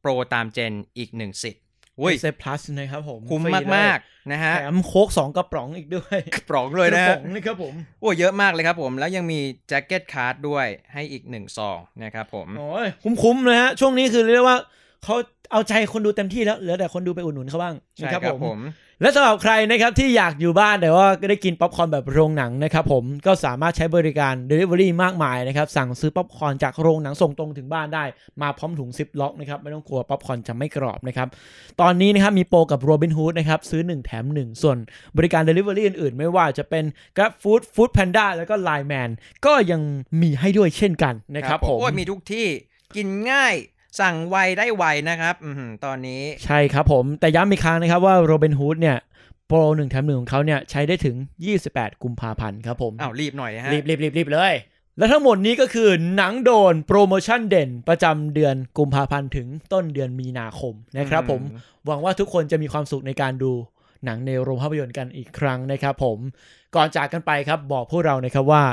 โปรตามเจนอีก 1 สิทธิ์อุ้ย
เซฟพลัสนะครับผม
คุ้ม
ฟรีเลย
มาก ๆ นะฮะ
แถมโค้กสองกระป๋องอีกด้วย
ปรองเลยนะ
กร
ฮะ
ป๋องนะครับผม
โอ้เยอะมากเลยครับผม แล้วยังมีแจ็คเก็ตคาร์ดด้วยให้อีกหนึ่งซองนะครับผม
โอ้ยคุ้มๆนะฮะช่วงนี้คือเรียกได้ว่าเขาเอาใจคนดูเต็มที่แล้วเหลือแต่คนดูไปอุดหนุนเขาบ้าง
ใช่
นะ
ค
ค
รั
รั
บบ ผ
ผม ม และสำหรับใครนะครับที่อยากอยู่บ้านแต่ว่าก็ได้กินป๊อปคอร์นแบบโรงหนังนะครับผมก็สามารถใช้บริการ Delivery มากมายนะครับ สั่งซื้อป๊อปคอร์นจากโรงหนังส่งตรงถึงบ้านได้ มาพร้อมถุงซิปล็อกนะครับ ไม่ต้องกลัวป๊อปคอร์นจะไม่กรอบนะครับ ตอนนี้นะครับมีโปรกับ Robin Hood นะครับ ซื้อ 1 แถม 1 ส่วนบริการ Delivery อื่นๆ ไม่ว่าจะเป็น Grab Food Food Panda แล้วก็ Line Man ก็ยังมีให้ด้วยเช่นกันนะครับผม
โอ้ยมีทุกที่กินง่ายสั่งไวได้ไวนะครับออหือตอนนี้
ใช่ครับผม แต่ย้ำอีกครั้งนะครับว่าโรเบนฮูดเนี่ย โปรหนึ่งแถมหนึ่งของเขาเนี่ย ใช้ได้ถึง 28 กุมภาพันธ์ครับผม
อ้าวรีบหน่อยนะฮะ
รีบรีบรีบรีบเลย และทั้งหมดนี้ก็คือหนังโดนโปรโมชั่นเด่นประจำเดือนกุมภาพันธ์ถึงต้นเดือนมีนาคมนะครับผม
อื
หวังว่าทุกคนจะมีความสุขในการดูหนังในโรงภาพยนตร์กันอีกครั้งนะครับผม ก่อนจากกันไปครับบอกพวกเรานะครับว่า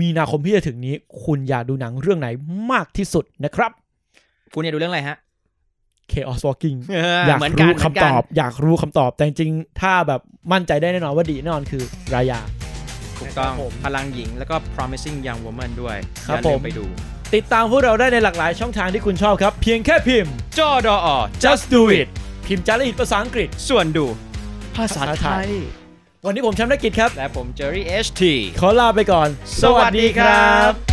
มีนาคมที่จะถึงนี้ คุณอยากดูหนังเรื่องไหนมากที่สุดนะครับ
คุณเนี่ยดูเรื่องอะไรฮะ
Chaos Walking
อ
อยาก
เหมือนกั
รู้
น
คำ
เหมืนกั
ต
น
อบ อยากรู้คำตอบแต่จริงๆ ถ้าแบบมั่นใจได้แน่นอนว่าดีแน่นอนคือรายา
ถูกต้อง
ครับผม
พลังหญิงแล้วก็ promising young woman ด้วย
ครับ
อย่าลื
ผม
ไปดู
ติดตามพวกเราได้ในหลากหลายช่องทางที่คุณชอบครับ เพียงแค่พิมพ์
จอดออ
just do it พิมพ์จารีตภาษาอังกฤษ
ส่วนดู
ภาษาไทย
วันนี้ผมแชมป์นกิจครับ
และผมเจอรี่เอชที
ขอลาไปก่อน
สวัสดีครับ